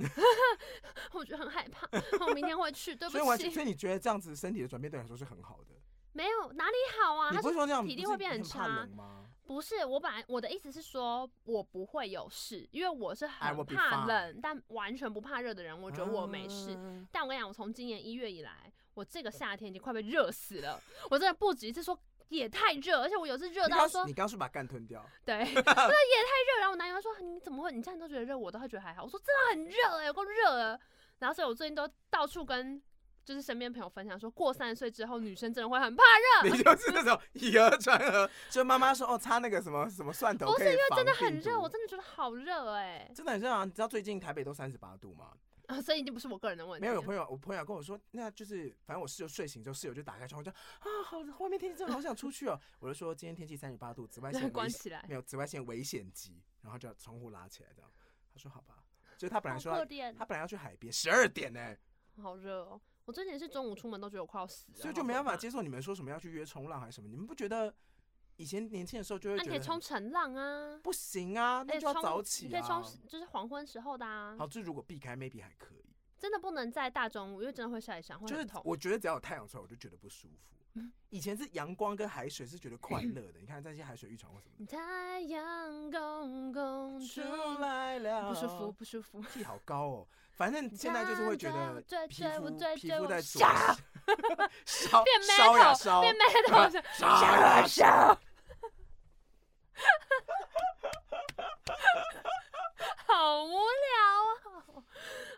[LAUGHS] 我觉得很害怕，我明天会去，对
所以完
不
全，
起。
所以你觉得这样子身体的转变对你来说是很好的，
没有哪里好啊，
你
他
不
说
是说这样
体
不
力
是
会变
你
很
很怕
差
冷吗？
不是，我本来我的意思是说，我不会有事，因为我是
I
很
will be
怕
fine
冷，但完全不怕热的人。我觉得我没事。
啊
但我跟你讲，我从今年一月以来，我这个夏天已经快被热死了。我真的不止一次说也太热，而且我有一次热
你
到
刚
说
你，刚刚是不是把干
[LAUGHS]
吞掉，
对，我说也太热。然后我男友说你怎么会？你这样都觉得热，我都会觉得还好。我说真的很热哎、有够热了。然后所以我最近都到处跟就是身边朋友分享说，过三十岁之后，女生真的会很怕
你
热。
就是那种以讹传讹，就妈妈说哦擦那个什么什么蒜头
不
可
是
以
因为
防
真的
病
很热，
毒
我真的觉得好热哎、
真的很热啊！你知道最近台北都三十八度吗？
啊， [LAUGHS] 所以已经不是我个人的问题
没
了。
有，有朋友，我朋友跟我说，那就是反正我室友睡醒之后，室友就打开窗户就啊，好，外面天气真的好想出去哦。我就说今天天气三十八度，紫外线危
[LAUGHS] 关
险
起来，
没有紫外线危险级，然后就把窗户拉起来这样。他说好吧，就他本来
好
说
可
要
怜，
他本来要去海边，十二点呢、
好热哦！我之前是中午出门都觉得我快要死了，
所以就
好
没
可
办法
怕。
接受你们说什么要去约冲浪还是什么。你们不觉得以前年轻的时候就会
那
觉得
你可以
很
冲晨浪啊，
不行啊，
而
那
且
就要
冲
早起
你可以
啊
冲。时就是黄昏时候的啊，
好，这如果避开，maybe 还可以。
真的不能在大中午，因为真的会晒伤，会
就是
很痛。嗯
我觉得只要有太阳出来，我就觉得不舒服。以前是阳光跟海水是觉得快乐的，你看这些海水浴场或什么的，
太阳公公
出
出
来了，
嗯不舒服，，不舒服。
屁好高哦。反正现在就是会觉得
追
皮
追我
肤
追
皮
追
肤
我
在灼
杀
烧
变
烧呀
metal，
烧，
变
[LAUGHS]
metal，是
烧呀烧。
好无聊啊！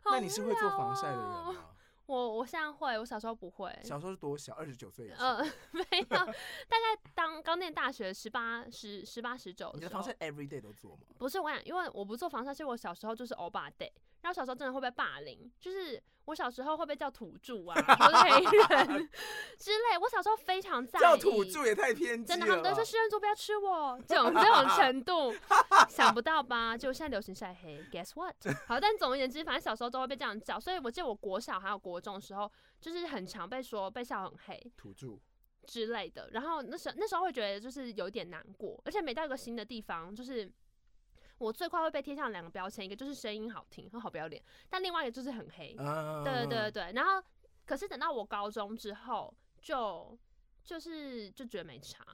好
那你是会做
无聊
防晒的人
哦？
吗？
我我现在会，我小时候不会。
小时候是多小？二十九岁以
呃 [LAUGHS]
上。，
没有，大概当刚念大学十八、十十八、十九
你的
时
防
候
晒，every day 都做吗？
不是我想，因为我不做防晒，是我小时候就是欧巴 day，然后小时候真的会被霸凌，就是我小时候会被叫土著啊，我是黑
[LAUGHS]
人之类，我小时候非常在意。
叫土著也太偏激
真
了
的，
吧。
他们都说狮人座不要吃我，这种这种
[LAUGHS]
程度，想不到吧？就现在流行晒黑，Guess what？好，但总而言之，反正小时候都会被这样叫，所以我记得我国小还有国中的时候，就是很常被说被笑很黑，
土著。
之类的。然后那时候那时候会觉得就是有点难过，而且每到一个新的地方，就是我最快会被贴上两个标签，一个就是声音好听哦和好不要脸，但另外一个就是很黑。
嗯，
对对对对。然后可是等到我高中之后，就就是就觉得没差，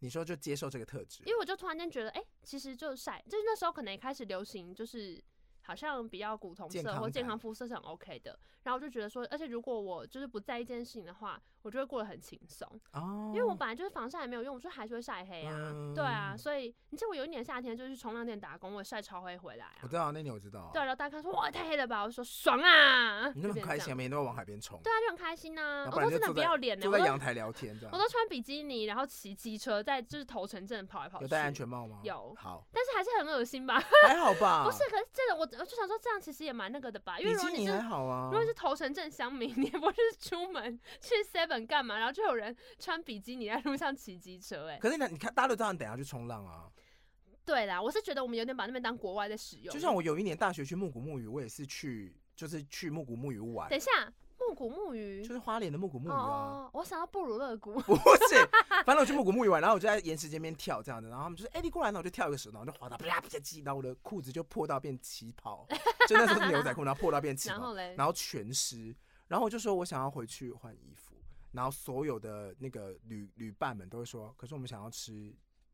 你说就接受这个特质，
因为我就突然间觉得，哎、其实就晒，就是那时候可能也开始流行，就是好像比较古铜
健
色
康
或健
感
康肤色是很 OK 的。然后我就觉得说，而且如果我就是不在意这件事情的话，我就会过得很轻松。
哦，
因为我本来就是防晒也没有用，我就还是会晒黑啊，对啊，
嗯
所以你记得我有一年夏天就是去冲浪店打工，我也晒超黑回来啊
我，知道那年我知道，
对啊，然后大家看说哇太黑了吧，我就说爽啊，
你那么
就变成
开
这
心，
样，
每天都往海边冲，
对啊，就很开心呐、
然后
我
不然
都
就
真的
坐
不
在
要脸的、欸
坐
我
在
都
阳台聊天这样
我。都穿比基尼，然后骑机车在就是头城镇跑来跑去，
有戴安全帽吗？
有，
好
但是还是很恶心吧？
还好吧。
不是，，可是这个我我就想说这样其实也蛮那个的吧，因为
比
如果
基
你
尼
是
还好啊
如。果是头城镇乡民，你也不是出门去 Seven 干嘛，然后就有人穿比基尼在路上骑机车、哎。
可是呢，你看，大家都知道你等一下去冲浪啊。
对啦，我是觉得我们有点把那边当国外在使用。
就像
我
我有一年大学去木古木语，我也是去，就是去木古木语玩
等一。下，木谷木鱼
就。是花莲的木古木鱼啊。
哦，我想到布鲁勒谷，
不是，反正我去木古木鱼玩，然后我就在岩石街边跳这样子，然后他们就说：“哎、你过来！”然后我就跳一个石头，然后就滑到啪啪叽，然后我的裤子就破到变旗袍，就那时候 [LAUGHS] 是牛仔裤，然后破到变旗
然
袍
后，嘞，
然后全湿。然后我就说我想要回去换衣服，然后所有的那个旅旅伴们都会说：“可是我们想要吃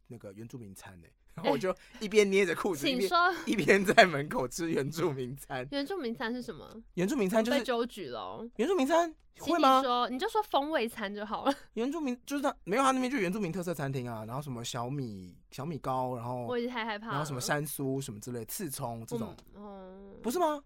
那个原住民餐呢、 [LAUGHS] 然后我就一边捏着裤子，一
请
边
说
一边在门口吃原住民
[LAUGHS]
餐。
原住民餐是什么？
原住民餐就
被
是
纠举了哦，
原住民餐
请
会
你
吗？
说，你就说风味餐就好了。
原住民就是他没有他那边就是原住民特色餐厅啊，然后什么小米小米糕，然后
我已经太害怕了。
哦然后什么山苏什么之类，刺葱这种、
嗯，嗯
不是吗？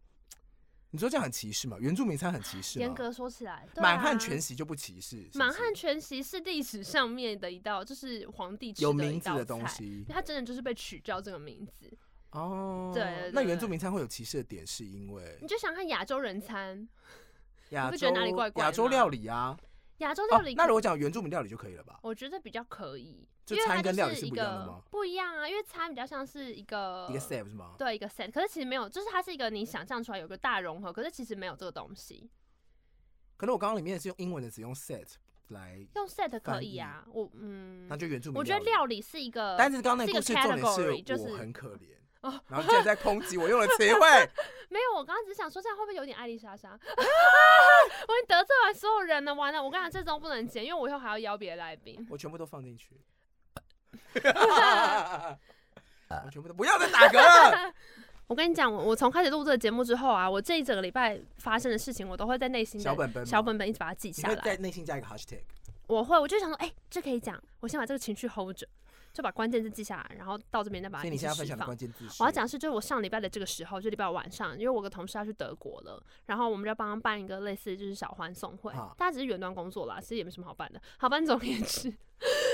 你说这样很歧视吗？原住民餐很歧视吗？
严格说起来，对啊
满汉全席就不歧视，是不是
满汉全席是历史上面的一道，就是皇帝吃的
有名字
一道
的东
菜，
西
[LAUGHS] 因为它真的就是被取叫这个名字。
哦。
对对对
那原住民餐会有歧视的点，是因为
你就想看亚洲人餐，
亚
不
洲
觉得哪里怪怪的
亚洲
吗
料理啊。
亚洲料
哦
理、，
那如果讲原住民料理就可以了吧？
我觉得比较可以，
就
因为它
餐跟料理
就
是
是一
不一样的
个呃
吗
不一样啊，因为餐比较像是一个
一个 set 是吗？
对一个 set，可是其实没有，就是它是一个你想象出来有个大融合，可是其实没有这个东西。
可能我刚刚里面是用英文的词用 set 来，
用 set 可
翻
以
译
啊，我嗯
那，就原住民。
我觉得料理是一个，
但是刚刚那
这
个
个
故事重点
category 就是哦
我很
[LAUGHS]
可怜，然后你竟然在抨击我用了词汇，
没有，我刚刚只是想说这样会不会有点艾丽
[LAUGHS]
莎莎？我已经得罪完所有人了，完了，我跟你讲这周不能剪，因为我以后还要邀别的来宾。
我全部都放进
[LAUGHS]
去， [LAUGHS] 我全部都不要再打嗝
[LAUGHS]
了。
我跟你讲，我我从开始录这个节目之后啊，我这一整个礼拜发生的事情，我都会在内心的
小本本吗，
小本本一直把它记
你
下
会
来。
在内心加一个 hashtag，
我会，我就想说，哎、这可以讲，我先把这个情绪 hold 着，就把关键字记下来，然后到这边再把
所
它
以
一
你
起
现在分
释
享的
放。
关键字是，
我要讲的是，就是我上礼拜的这个时候，就礼拜五晚上，因为我有个同事要去德国了，然后我们就帮他办一个类似就是小欢送会
啊，
大家只是远端工作啦，其实也没什么好办的，好办总而言之，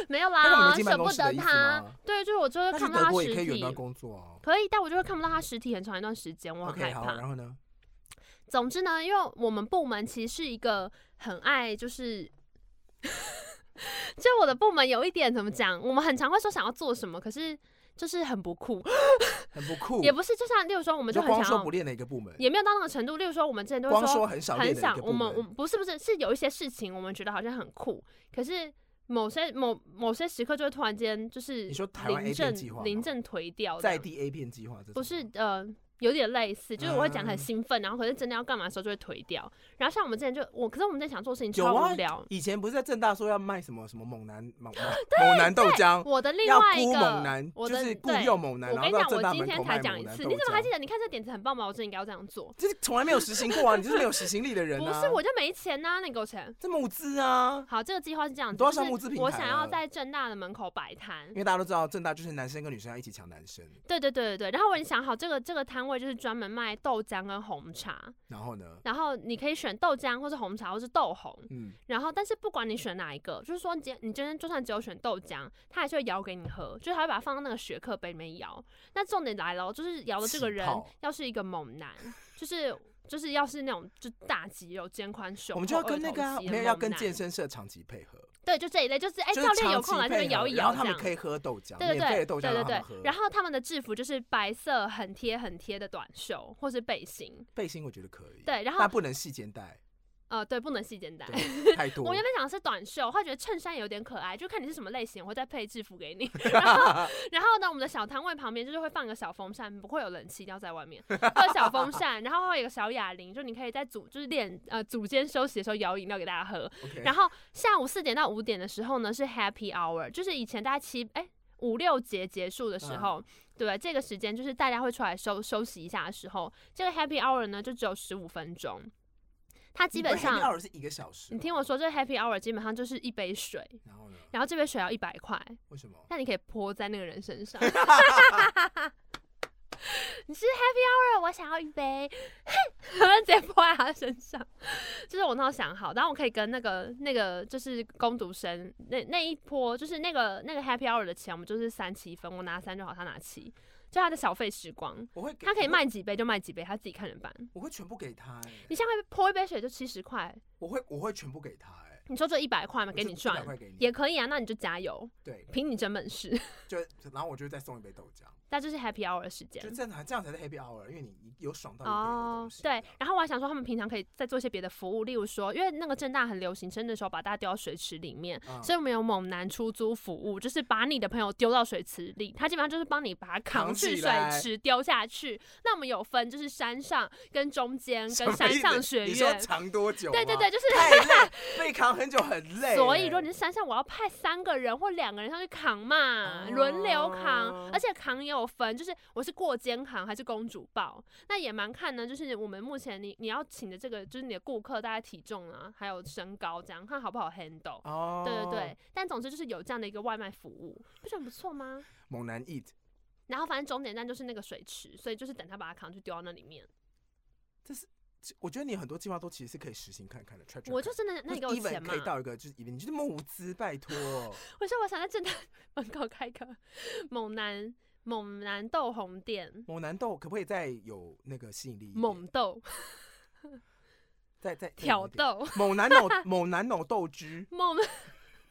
没有
那我
啦，
们进办
舍
公
不
室的
得
意思
他，
吗？
对，就是我就会
那去
看不到
德
他
国
实
也可以远端
体。
工作哦。
可以，但我就会看不到他实体很长一段时间，我很
OK，
害
好，
怕。
然后呢？
总之呢，因为我们部门其实是一个很爱就是。 [LAUGHS] 就我的部门有一点怎么讲，我们很常会说想要做什么，可是就是很不酷，
很不酷，
也不是就像例如说我们
你
就
就
很
光
想
说
要
不，练的一个部门，
也没有到那个程度。例如说我们之前都会
光
说
说很少
很
练的一
想
个，部
我们我
门。
们不是不是是有一些事情我们觉得好像很酷，可是某些某某些时刻就会突然间就是
你说台湾
临
A
阵
片计划吗
临阵颓掉，
在地 A 片计划这种
不是呃，有点类似，就是我会讲很
嗯
兴奋，然后可是真的要干嘛的时候就会颓掉。然后像我们之前就我，可是我们之前想做事情
有
超
啊
无聊。
以前不是在正大说要卖什么什么猛男猛猛猛男豆浆，
我的另
要
外一
雇
个
猛男，
我
就
的
是雇
对
幼猛男，
我
然
跟
后到正
你讲，
大
我今
门
天
口
才
卖
讲
猛
一
男
次，
豆
你怎么还记
浆。
得？你看这点子很棒吧？我真的应该要这样做。
这从来没有实行过啊！你就是没有实行力的人
不
啊！
是，我就没钱呐、那你给我钱。
这募资啊，
好，这个计划是这样
你
子，
都要
就
上
是
募资平
我
台
想要
了
在正大的门口摆摊
因。为大家都知道正大就是男生跟女生要一起抢男生，
对对对对对。然后我已经想好，这个这个摊位就是专门卖豆浆跟红茶，
然后呢，
然后你可以选豆浆或是红茶或是豆红。
嗯，
然后，但是不管你选哪一个，就是说你今你今天就算只有选豆浆，他还是会摇给你喝，就是他会把它放到那个雪克杯里面摇。那重点来了哦，就是摇的这个人
气泡
要是一个猛男，就是就是要是那种就大肌肉、肩宽胸，
我们就要跟那个啊
二头肌的
没有要跟
猛男
健身社长期配合，
对，就这一类，就是哎、
就
教
是
练有
长期
空来这
配
边摇
合，
一
然
摇
后
这
他们
样。
可以喝豆浆，
对对
免费的豆
对，
浆让他
对对
们
对
喝。，
然后他们的制服就是白色很贴很贴的短袖或是背心，
背心我觉得可以，
对，然后
但不能细肩
[LAUGHS]
带，
呃对，不能细肩带。
对，太多
我。原本想的是短袖，后来觉得衬衫有点可爱，就看你是什么类型，我会再配制服给你。 [LAUGHS] 然后，然后呢，我们的小摊位旁边就是会放一个小风扇，不会有冷气，一定要在外面，会有小风扇，然后会有一个小哑铃，就你可以在组就是练呃组间休息的时候摇饮料给大家喝。
OK，
然后下午四点到五点的时候呢是 Happy Hour，就是以前大概七哎。五六节结束的时候，对这个时间就是大家会出来休休息一下的时候，这个 Happy Hour 呢就只有十五分钟，它基本上
二是一个小时，
你听我，说，这 Happy Hour 基本上就是一杯水，
然后呢？
然后这杯水要一百块，
为什么？
但你可以泼在那个人身上。 [LAUGHS] 你是 Happy Hour，我想要一杯， [LAUGHS] 我就直接泼在他身上。就是我那时候想好，然后我可以跟那个那个就是攻读生那那一波，就是那个那个 Happy Hour 的钱，我们就是三七分，我拿三就好，他拿七，就他的小费时光，
我会给
他可以，卖几杯就卖几杯，他自己看着办。
我会我会全部给他、欸，
你下面泼一杯水就七十块，
我会我会全部给他、欸，哎，
你说这一百块嘛，啊给你
100
赚
块给你，
也可以啊，那你就加油，
对，
凭你真本事。 [LAUGHS]
就然后我就再送一杯豆浆，
那就是 happy hour 的时间
就。这样才这样才是 happy hour，因为你有爽到一点的
哦
东西，
对
这样，
然后我还想说，他们平常可以再做一些别的服务，例如说，因为那个正大很流行生日的时候把大家丢到水池里面，
嗯
所以我们有猛男出租服务，就是把你的朋友丢到水池里，他基本上就是帮你把他扛
扛
去
起
水
来
池丢下去。那我们有分，就是山上跟中间
什
跟
么
山
意思
上学
你说
院，
长多久？
对对对，，
[LAUGHS]
就是
太累，被扛很久很累欸。
所以，如果你是山上，我要派三个人或两个人上去扛嘛，轮流
哦
扛，而且扛也有分，就是我是过肩扛还是公主抱，那也蛮看呢。就是我们目前你你要请的这个，就是你的顾客大概体重啊，还有身高这样，看好不好 handle。
哦，
对对对，，但总之就是有这样的一个外卖服务，不是很不错吗？
猛男 eat
然后反正终点站就是那个水池，所以就是等他把它扛去丢到那里面。
我觉得你很多计划都其实是可以实行看看的。try try
我就
看
真的，那你给我
even
钱嘛
可以？到一个就是 even，你就是募资，拜
[LAUGHS]
托。
我说我想在正大 [LAUGHS] 门口开个猛男猛男豆红店。
猛男豆可不可以再有那个吸引力一点？
猛
[LAUGHS]
豆、
再再再有
挑
一点。
逗、
猛男脑猛男脑豆汁，
猛， [LAUGHS]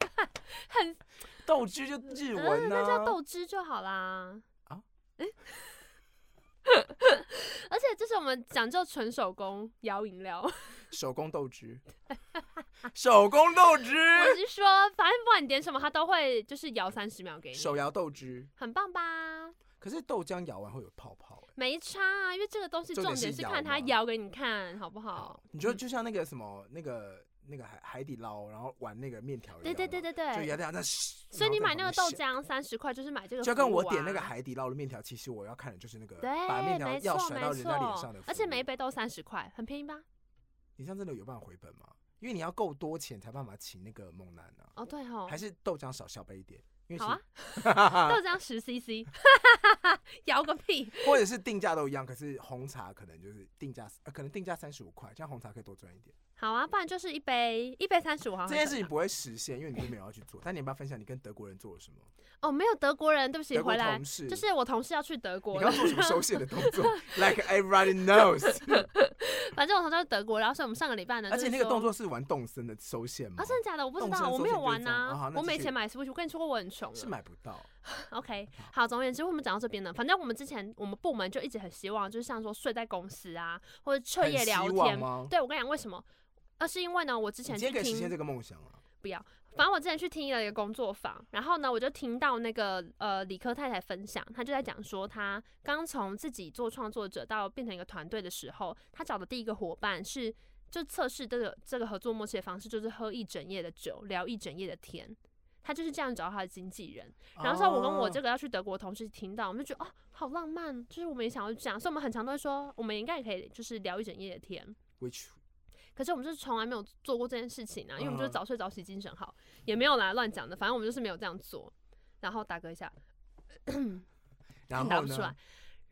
很
豆汁就日文
嗯，那叫
啊。
豆汁就好啦。
啊
诶 [LAUGHS] 而且这是我们讲究纯手工摇饮
[LAUGHS]
料，我
手工豆汁， [LAUGHS] 手工豆
[LAUGHS]
汁，
是说，反正不管你点什么，它都会就是摇三十秒给你，
手摇豆汁。
很棒吧？
可是豆浆摇完会有泡泡、欸。
没差啊，因为这个东西
重
重
点
点
是
是
摇
看它
嘛
摇给你看好不
好
好？，
你就
嗯
就像那个什么那个那个海海底捞，然后玩那个面条一样
对
嘛，
对对对
就摇
对，
摇那。
所以你买那个
然
豆
后在旁边
浆三十块，就是买这个、
shake，
啊，
就跟我点那个海底捞的面条，其实我要看的就是那个
对，
把面条
没
要
错
甩到
没
人家脸上
错
的服务，，
而且每一杯都三十块，很便宜吧？
你这样真的有办法回本吗？因为你要够多钱才办法请那个猛男啊，
哦，对
[LAUGHS]
吼，
还是豆浆少小杯一点，因为
好啊
其， [LAUGHS]
豆浆十 CC，摇个屁！
或者是定价都一样，可是红茶可能就是定价，呃可能定价三十五块，这样红茶可以多赚一点。
好啊，不然就是一杯一杯三十五，好像
这件
很
事情
少
不会实现，因为你并没有要去做。但你要不要分享你跟德国人做了什么？
哦，没有德国人，对不起，
德国
回来
同事
就是我同事要去德
你
国
刚
了，
做什么手写的动
[LAUGHS]
作？Like everybody knows。
反正我同事要去德国，然后所以我们上个礼拜呢，
而且那个动作
作
是玩动森的手写吗
啊，？真的假的？我不知
动身
道，
的
我
时候
没有
就会
玩
这样哦好
呐，
那
我
继
没
续
钱买 Switch，我跟你说过我很穷
是
啊。
买不到。
OK，好，总而言之，我们讲到这边呢，反正我们之前我们部门就一直很希望，就是像说睡在公司啊，或者彻
很
夜
希
聊
望
天。
吗？
对我跟你讲，为什么？那是因为呢，我之前
你今
去
天可以实
听
现这个梦想啊！
不要。反正我之前去听了一个工作坊，然后呢，我就听到那个呃理科太太分享，她就在讲说，她刚从自己做创作者到变成一个团队的时候，她找的第一个伙伴是就测试这个这个合作默契的方式，就是喝一整夜的酒，聊一整夜的天。她就是这样找到她的经纪人，然后说我跟我这
哦
个要去德国的同事听到，我们就觉得哦，好浪漫，就是我们也想要这样，所以我们很常都会说，我们应该也可以就是聊一整夜的天。
which
可是我们就是从来没有做过这件事情啊，因为我们就
嗯
是早睡早起，精神好，也没有啦乱讲的，反正我们就是没有这样做。然后打嗝一下，
然
打
后
不出来
呢？。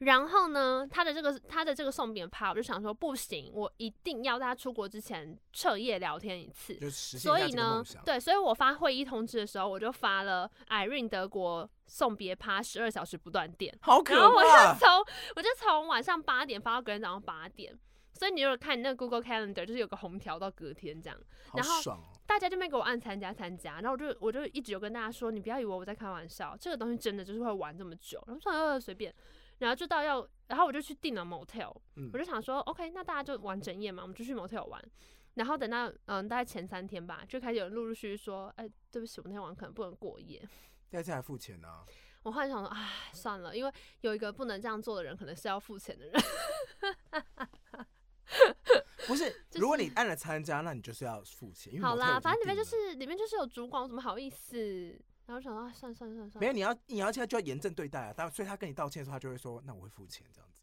然后呢，他的这个他的这个送别趴，我就想说不行，我一定要在他出国之前彻夜聊天一次。
就实现
所
一下
以
这个
呢
梦想，。
对，所以我发会议通知的时候，我就发了 Irene 德国送别趴十二小时不断电。
好可
然后我就
怕！
从我就从晚上八点发到隔天早上八点，所以你如果看你那个 Google Calendar，就是有个红条到隔天这样，
好
然后
爽哦！
大家就没给我按参加参加，然后我就我就一直有跟大家说，你不要以为我在开玩笑，这个东西真的就是会玩这么久，然后说呃随便，然后就到要，然后我就去订了 motel，
嗯
我就想说 OK，那大家就玩整夜嘛，我们就去 motel 玩。然后等到嗯，大概前三天吧，就开始有人陆陆续续说，哎、对不起，我那天晚上可能不能过夜。
大家还付钱呢，
我后来想说，唉，算了，因为有一个不能这样做的人，可能是要付钱的人。
不是？
就是
如果你按了参加，那你就是要付钱。因为
好
模特
啦，
已经
反正里面
定
就
了
是里面就是有主管，我怎么好意思？然后我想到、啊、算了算了算了算
没
了，
有你要你要现在就要严正对待啊！但所以他跟你道歉的时候，他就会说：“那我会付钱。”这样子。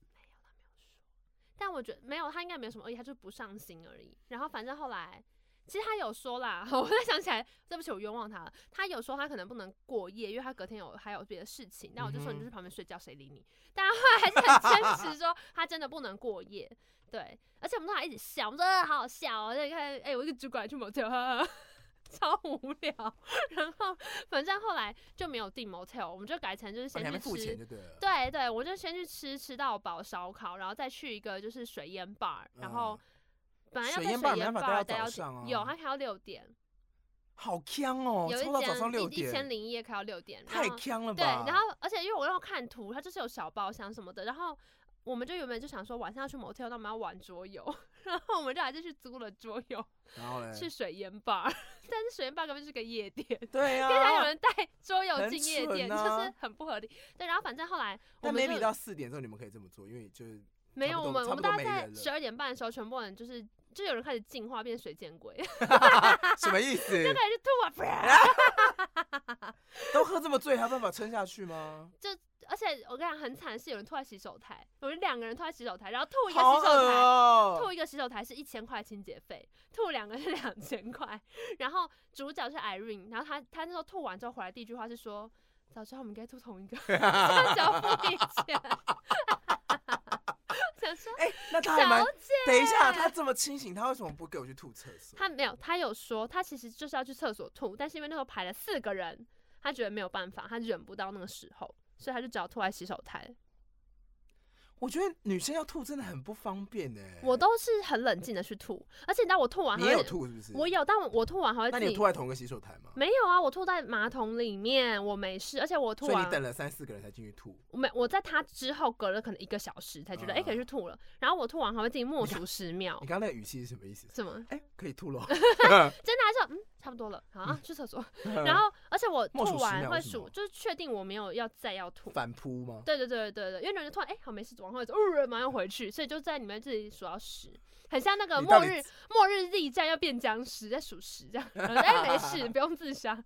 但我觉得没有，他应该没有什么恶意，他就是不上心而已。然后反正后来，其实他有说啦， [LAUGHS] 我再想起来，对不起，我冤枉他了。他有说他可能不能过夜，因为他隔天有还有别的事情。那我就
嗯
说
哼
你就去旁边睡觉，谁理你？ [LAUGHS] 但他后来还是很坚持说他真的不能过夜。对，而且我们都还一直笑，我们说、呃、好好笑哦。那你看，哎、我一个主管去某酒，哈哈哈 [LAUGHS] 超无聊。 [LAUGHS] 然后反正后来就没有订 motel，我们就改成就是
哦
先
你还没
去
付
吃
钱就对了。
对对，我就先去吃吃到饱烧烤，然后再去一个就是水烟 bar，然后
嗯
本来要
水
在
烟 bar
水
没
烟
办法待
bar
到
待
早
到
上啊
有，他开到六点，
好呛哦，
有
抽
一
到
间
早上六
一一千
点，
零一夜开到六点，然
太
后
呛了
对，
吧？
然后而且因为我要看图，它就是有小包厢什么的，然后我们就原本就想说晚上要去 motel，那我们要玩桌游， [LAUGHS] 然后我们就还是去租了桌游，
然后嘞，
去水烟吧， [LAUGHS] 但是水烟吧根本就是个夜店。 [LAUGHS]
对
因为还有
啊，
人带桌游
很
进夜
蠢
店，就
啊
是很不合理。对，然后反正后来我
但
们
maybe
就
到四点之后你们可以这么做，因为
[LAUGHS]
就是
没
差
有
不
我
多
们，
差
我
不多
们大
没
概在
人了
十二点半的时候，全部人就是就有人开始进化变水
[LAUGHS]
箭龟，就
什么意思？
开始吐啊， [LAUGHS]
都喝这么醉，还有办法撑下去吗？
而且我跟你讲很惨，是有人吐在洗手台，我们两个人吐在洗手台，然后吐一个
好
洗手
恶
台。
哦！
吐一个洗手台是一千块清洁费，吐两个是两千块。然后主角是 Irene，然后他他那时候吐完之后回来第一句话是说：“早知道我们应该吐同一个， [LAUGHS] 现在只要付一钱。” [LAUGHS] 想说
哎、那他还蛮
小……
等一下，他这么清醒，他为什么不给我去吐厕所？
他没有，他有说他其实就是要去厕所吐，但是因为那时候排了四个人，他觉得没有办法，他忍不到那个时候，所以他就只好吐在洗手台。
我觉得女生要吐真的很不方便呢、
我都是很冷静的去吐，而且你知道我吐完
你
还
也有
会，
吐是不是？
我有，但我我吐完还会
那
自
你有
己
吐在同一个洗手台吗？
没有啊，我吐在马桶里面，我没事，而且我吐啊
所以
完
你等了三四个人才进去吐，
我没我在他之后隔了可能一个小时才觉得哎、
啊
诶可以去吐了，然后我吐完还会自己默数十秒
你，刚刚那个语气是什么意思？
怎么
哎、可以吐了。
真的还是有嗯差不多了好啊去厕所， [LAUGHS] 然后而且我
呃默数
吐
10秒
完会
是什么
数，就是确定我没有要再要吐，
[LAUGHS] 反扑吗？
对对对对对，因为有人突然哎、好没事，往后走，呃，马上回去，所以就在里面自己数到十，很像那个
你到
末
底
日末日力战要变僵尸，在数十
[LAUGHS]
这样，然后哎、没事，不用自杀，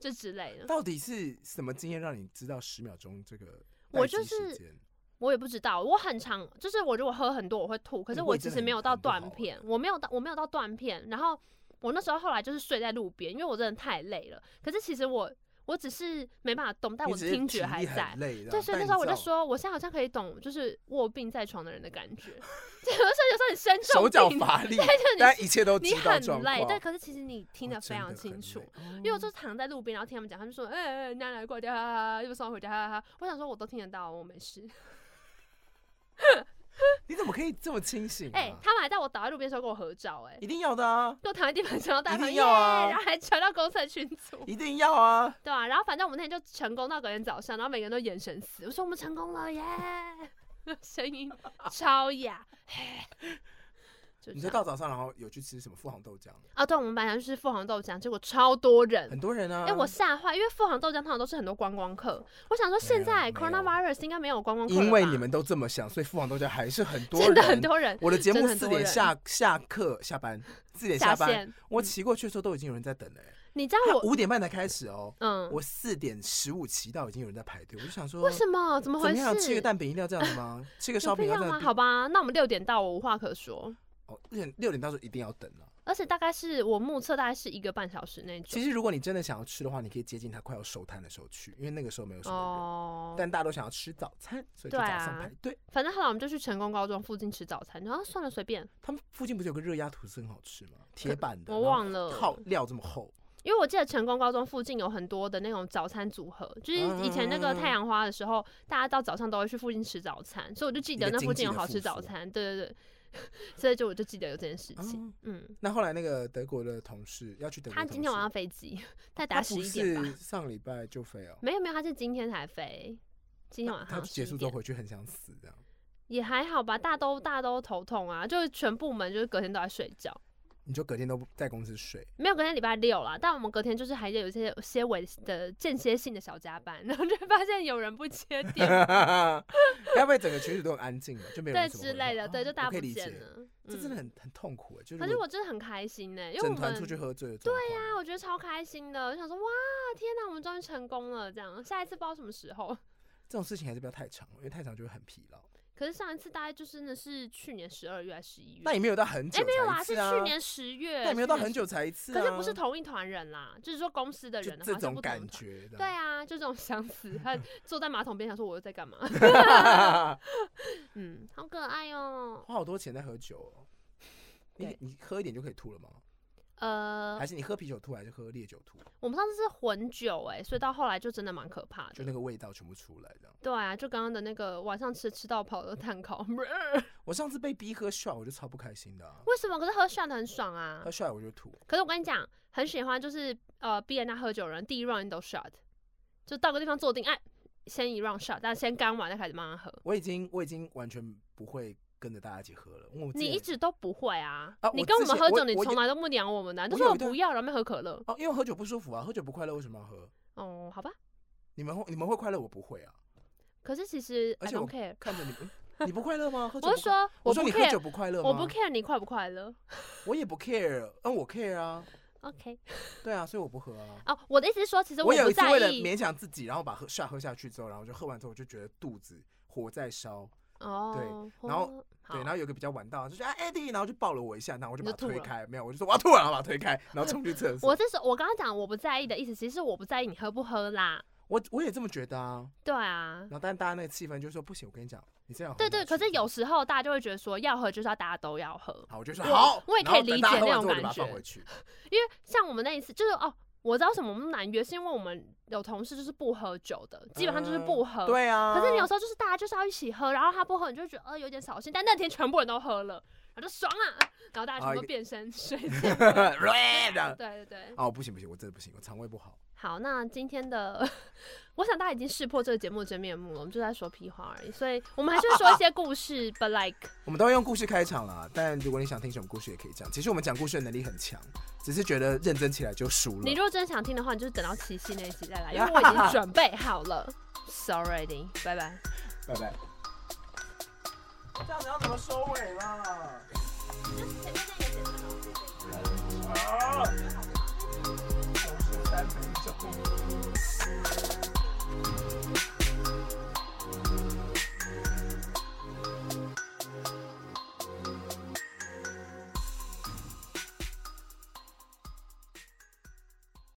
就之类的。
到底是什么经验让你知道十秒钟这个待
我就
机时
是
间
我也不知道，我很常就是我如果喝很多我会吐，可
你
是
胃
我
真
其
的
实
很
没有
很
到
不
断
好欸
片，我没有到我没有到断片，然后我那时候后来就是睡在路边，因为我真的太累了。可是其实我我只是没办法动，但
你
我
只
的
是
听
体
觉
力
还
很
在。
累这样
对，所以那
但
时候我
你
就
知道
说，我现在好像可以懂，就是卧病在床的人的感
[LAUGHS]
觉。对，我说有时候你身重
手脚
病
乏力，
对，
但一切都
就是你
知
你
道
很
状
累，
况
对，可是其实你听
哦
得非
真
常
的
清
很
楚
累。哦嗯
因为我就躺在路边，然后听他们讲，他们说，哎、哎，奶奶过来，哈哈哈，又送我回家，哈哈哈。我想说，我都听得到，我没事。
你怎么可以这么清醒、啊？
哎、他们还在我倒在路边的时候跟我合照、哎，
一定要的啊，
给我躺在地板上，大
一
喊
定要啊
耶，然后还传到公司的群组，
一定要啊！
对啊，然后反正我们那天就成功到隔天早上，然后每个人都眼神死，我说我们成功了耶， [LAUGHS] 声音超哑，嘿，
你
就
说
这
到
样。
早上，然后有去吃什么富航豆浆？
啊，对，我们本来就是富航豆浆，结果超多人，
很多人啊，
哎、我吓坏，因为富航豆浆通常都是很多观光客，我想说
没
现
有
在
没有
coronavirus 应该没有观光客了吧，
因为你们都这么想，所以富航豆浆还是很多人，
真的很。多人
我的节
真
目
的很
四
多
点
人
下下课下班，四点
下
班，
线，
我骑过去的时候都已经有人在等了、欸。
你知道
他
我
五点半才开始哦，
嗯，
我四点十五骑到已经有人在排队，我就想说，
为什么？怎么
怎
回
么样？吃个
事？
蛋饼一定要这样子吗？吃个烧
有
饼
必
要
要
这
吗？
样？
好吧，那我们六点到，我无话可说。
哦，六点六点到时候一定要等啊。
而且大概是我目测，大概是一个半小时那种。
其实如果你真的想要吃的话，你可以接近它快要收摊的时候去，因为那个时候没有什么人。
哦，
但大家都想要吃早餐，所以就
对
早
啊
上排队。
反正后来我们就去成功高中附近吃早餐，然后算了，随便，
他们附近不是有个热压吐司很好吃吗？铁板的，
我
然后
忘了
套料这么厚，
因为我记得成功高中附近有很多的那种早餐组合，就是
嗯
以前那个太阳花的时候，大家到早上都会去附近吃早餐，所以我就记得那附近有好吃
啊
早餐，对对对，所以就我就记得有这件事情。
嗯。
嗯，
那后来那个德国的同事要去德国
他
的同事，
今天晚上飞机，他
哦
打
他
十
不
一点吧？
是上礼拜就飞哦，
没有没有，他是今天才飞，今天晚
他
上
结束
11
之后
点
回去很想死这样。
也还好吧，大家都大家都头痛啊，就是全部门就是隔天都在睡觉，
你就隔天都不在公司
[LAUGHS]
睡，
没有隔天礼拜六啦，但我们隔天就是还有一些有些微的间歇性的小加班， [LAUGHS] 然后就发现有人不接
[LAUGHS]
电。
该不会整个群组都很安静吧？就没有
对
人怎么
之
回
类
话
的，
啊
对，就
我
大家
可以
不
理
见
解，
了。
这
嗯
真的很很痛苦哎，就是
可是我真的很开心呢、欸因为
整
我
团出去
们
喝醉了，对呀，
啊，我觉得超开心的。我想说，哇，天哪，我们终于成功了！这样，下一次不知道什么时候。
这种事情还是不要太长，因为太长就会很疲劳。
可是上一次大概就真的是去年十二月还是十一月？
那也没有到很久才一次
哎、
啊，
没有啦，是去年十月。
那也没有到
去年
很
10
久才一次啊，
可是不是同一团人啦，就是说公司的
就
人的话
这
是
种
不同的
感
团。
觉，
对啊，就这种想死，他坐在马桶边想说我又在干嘛？
啊，
嗯，好可爱哦、
花好多钱在喝酒、哦。你
对
你喝一点就可以吐了吗？
呃
还，是你喝啤酒吐，还是喝烈酒吐？
我们上次是混酒哎、所以到后来就真的蛮可怕
就
的。
那个味道全部出来这样。
对啊，就刚刚的那个晚上吃吃到跑的碳烤， [LAUGHS]
我上次被逼喝 shot，我就超不开心的、啊，
为什么？可是喝 shot 很爽啊
喝。shot 我就吐。
可是我跟你讲，很喜欢就是呃，逼人家喝酒的人第一 round 都 shot，就到个地方坐定，哎，先一 round shot，但先干完再开始慢慢喝。
我已经我已经完全不会跟着大家一起喝了，因为我之
你
前
一直都不会啊！
啊
你
我
跟
之
我们
前
喝
我
酒，你
我
从
有
来都不鸟我们的啊、就
我
说
有
我
一段
不要，然后没喝可乐。
哦，因为喝酒不舒服啊，喝酒不快乐，为什么要喝？
哦，好吧。
你们会你们会快乐，我不会啊。
可是其实
而
I
且
don't care，
看着你们，你不快乐
[LAUGHS]
吗？喝酒
我
不快
是说
我
不
说你喝
care，
酒不快乐吗？
我不 care 你快不快乐。
我也不 care，嗯，我 care 啊，
OK，
对啊，所以我不喝啊。
哦，我的意思是说，其实
有
不
一次为
在
了
意。
勉强自己，然后把喝下喝下去之后，然后就喝完之后，我就觉得肚子火在烧，
哦，
然后
哦
对，
好
然后有一个比较晚到，就说啊 Eddie，然后就抱了我一下，然后我就
你
把他
就吐
推
了
开，没有，我就说我要吐了，然后把他推开，然后冲去厕所。
[LAUGHS] 我这是我刚刚讲我不在意的意思，其实是我不在意你喝不喝啦。
我我也这么觉得啊，
对啊
然，后但大家那个气氛就说不行，我跟你讲，你这样
对
很
对。
难
可是
去
有时候大家就会觉得说，要喝就是要大家都要喝，
好，我就说
我
好，
我也可
然后
以
等
理
大家
解
喝
那
完
种
之后我就
感
把它放
觉
回去。
因为像我们那一次就是哦。我知道为什么我们难约，是因为我们有同事就是不喝酒的，基本上就是
嗯
不喝。
对啊，
哦可是你有时候 [LAUGHS] 就是大家就是要一起喝，然后他不喝，你就觉得呃有点扫兴。但那天全部人都喝了，然后就爽啊，然后大家全部都变身睡
[LAUGHS]
觉。
这样
对对
[LAUGHS] [LAUGHS]
对，
哦，不行不行，我真的不行，我肠胃不好。
好，那今天的 [LAUGHS] 我想大家已经识破这个节目的真面目了，我们就在说屁话而已，所以我们还是会说一些故事，but like
我们都会用故事开场啦，但如果你想听什么故事也可以讲。其实我们讲故事的能力很强，只是觉得认真起来就输
你
了。
如果真的想听的话，你就是等到七夕那一集再来，因为我已经准备好了。Sorry，拜拜。
拜拜。这样子要怎么收尾啦？啊！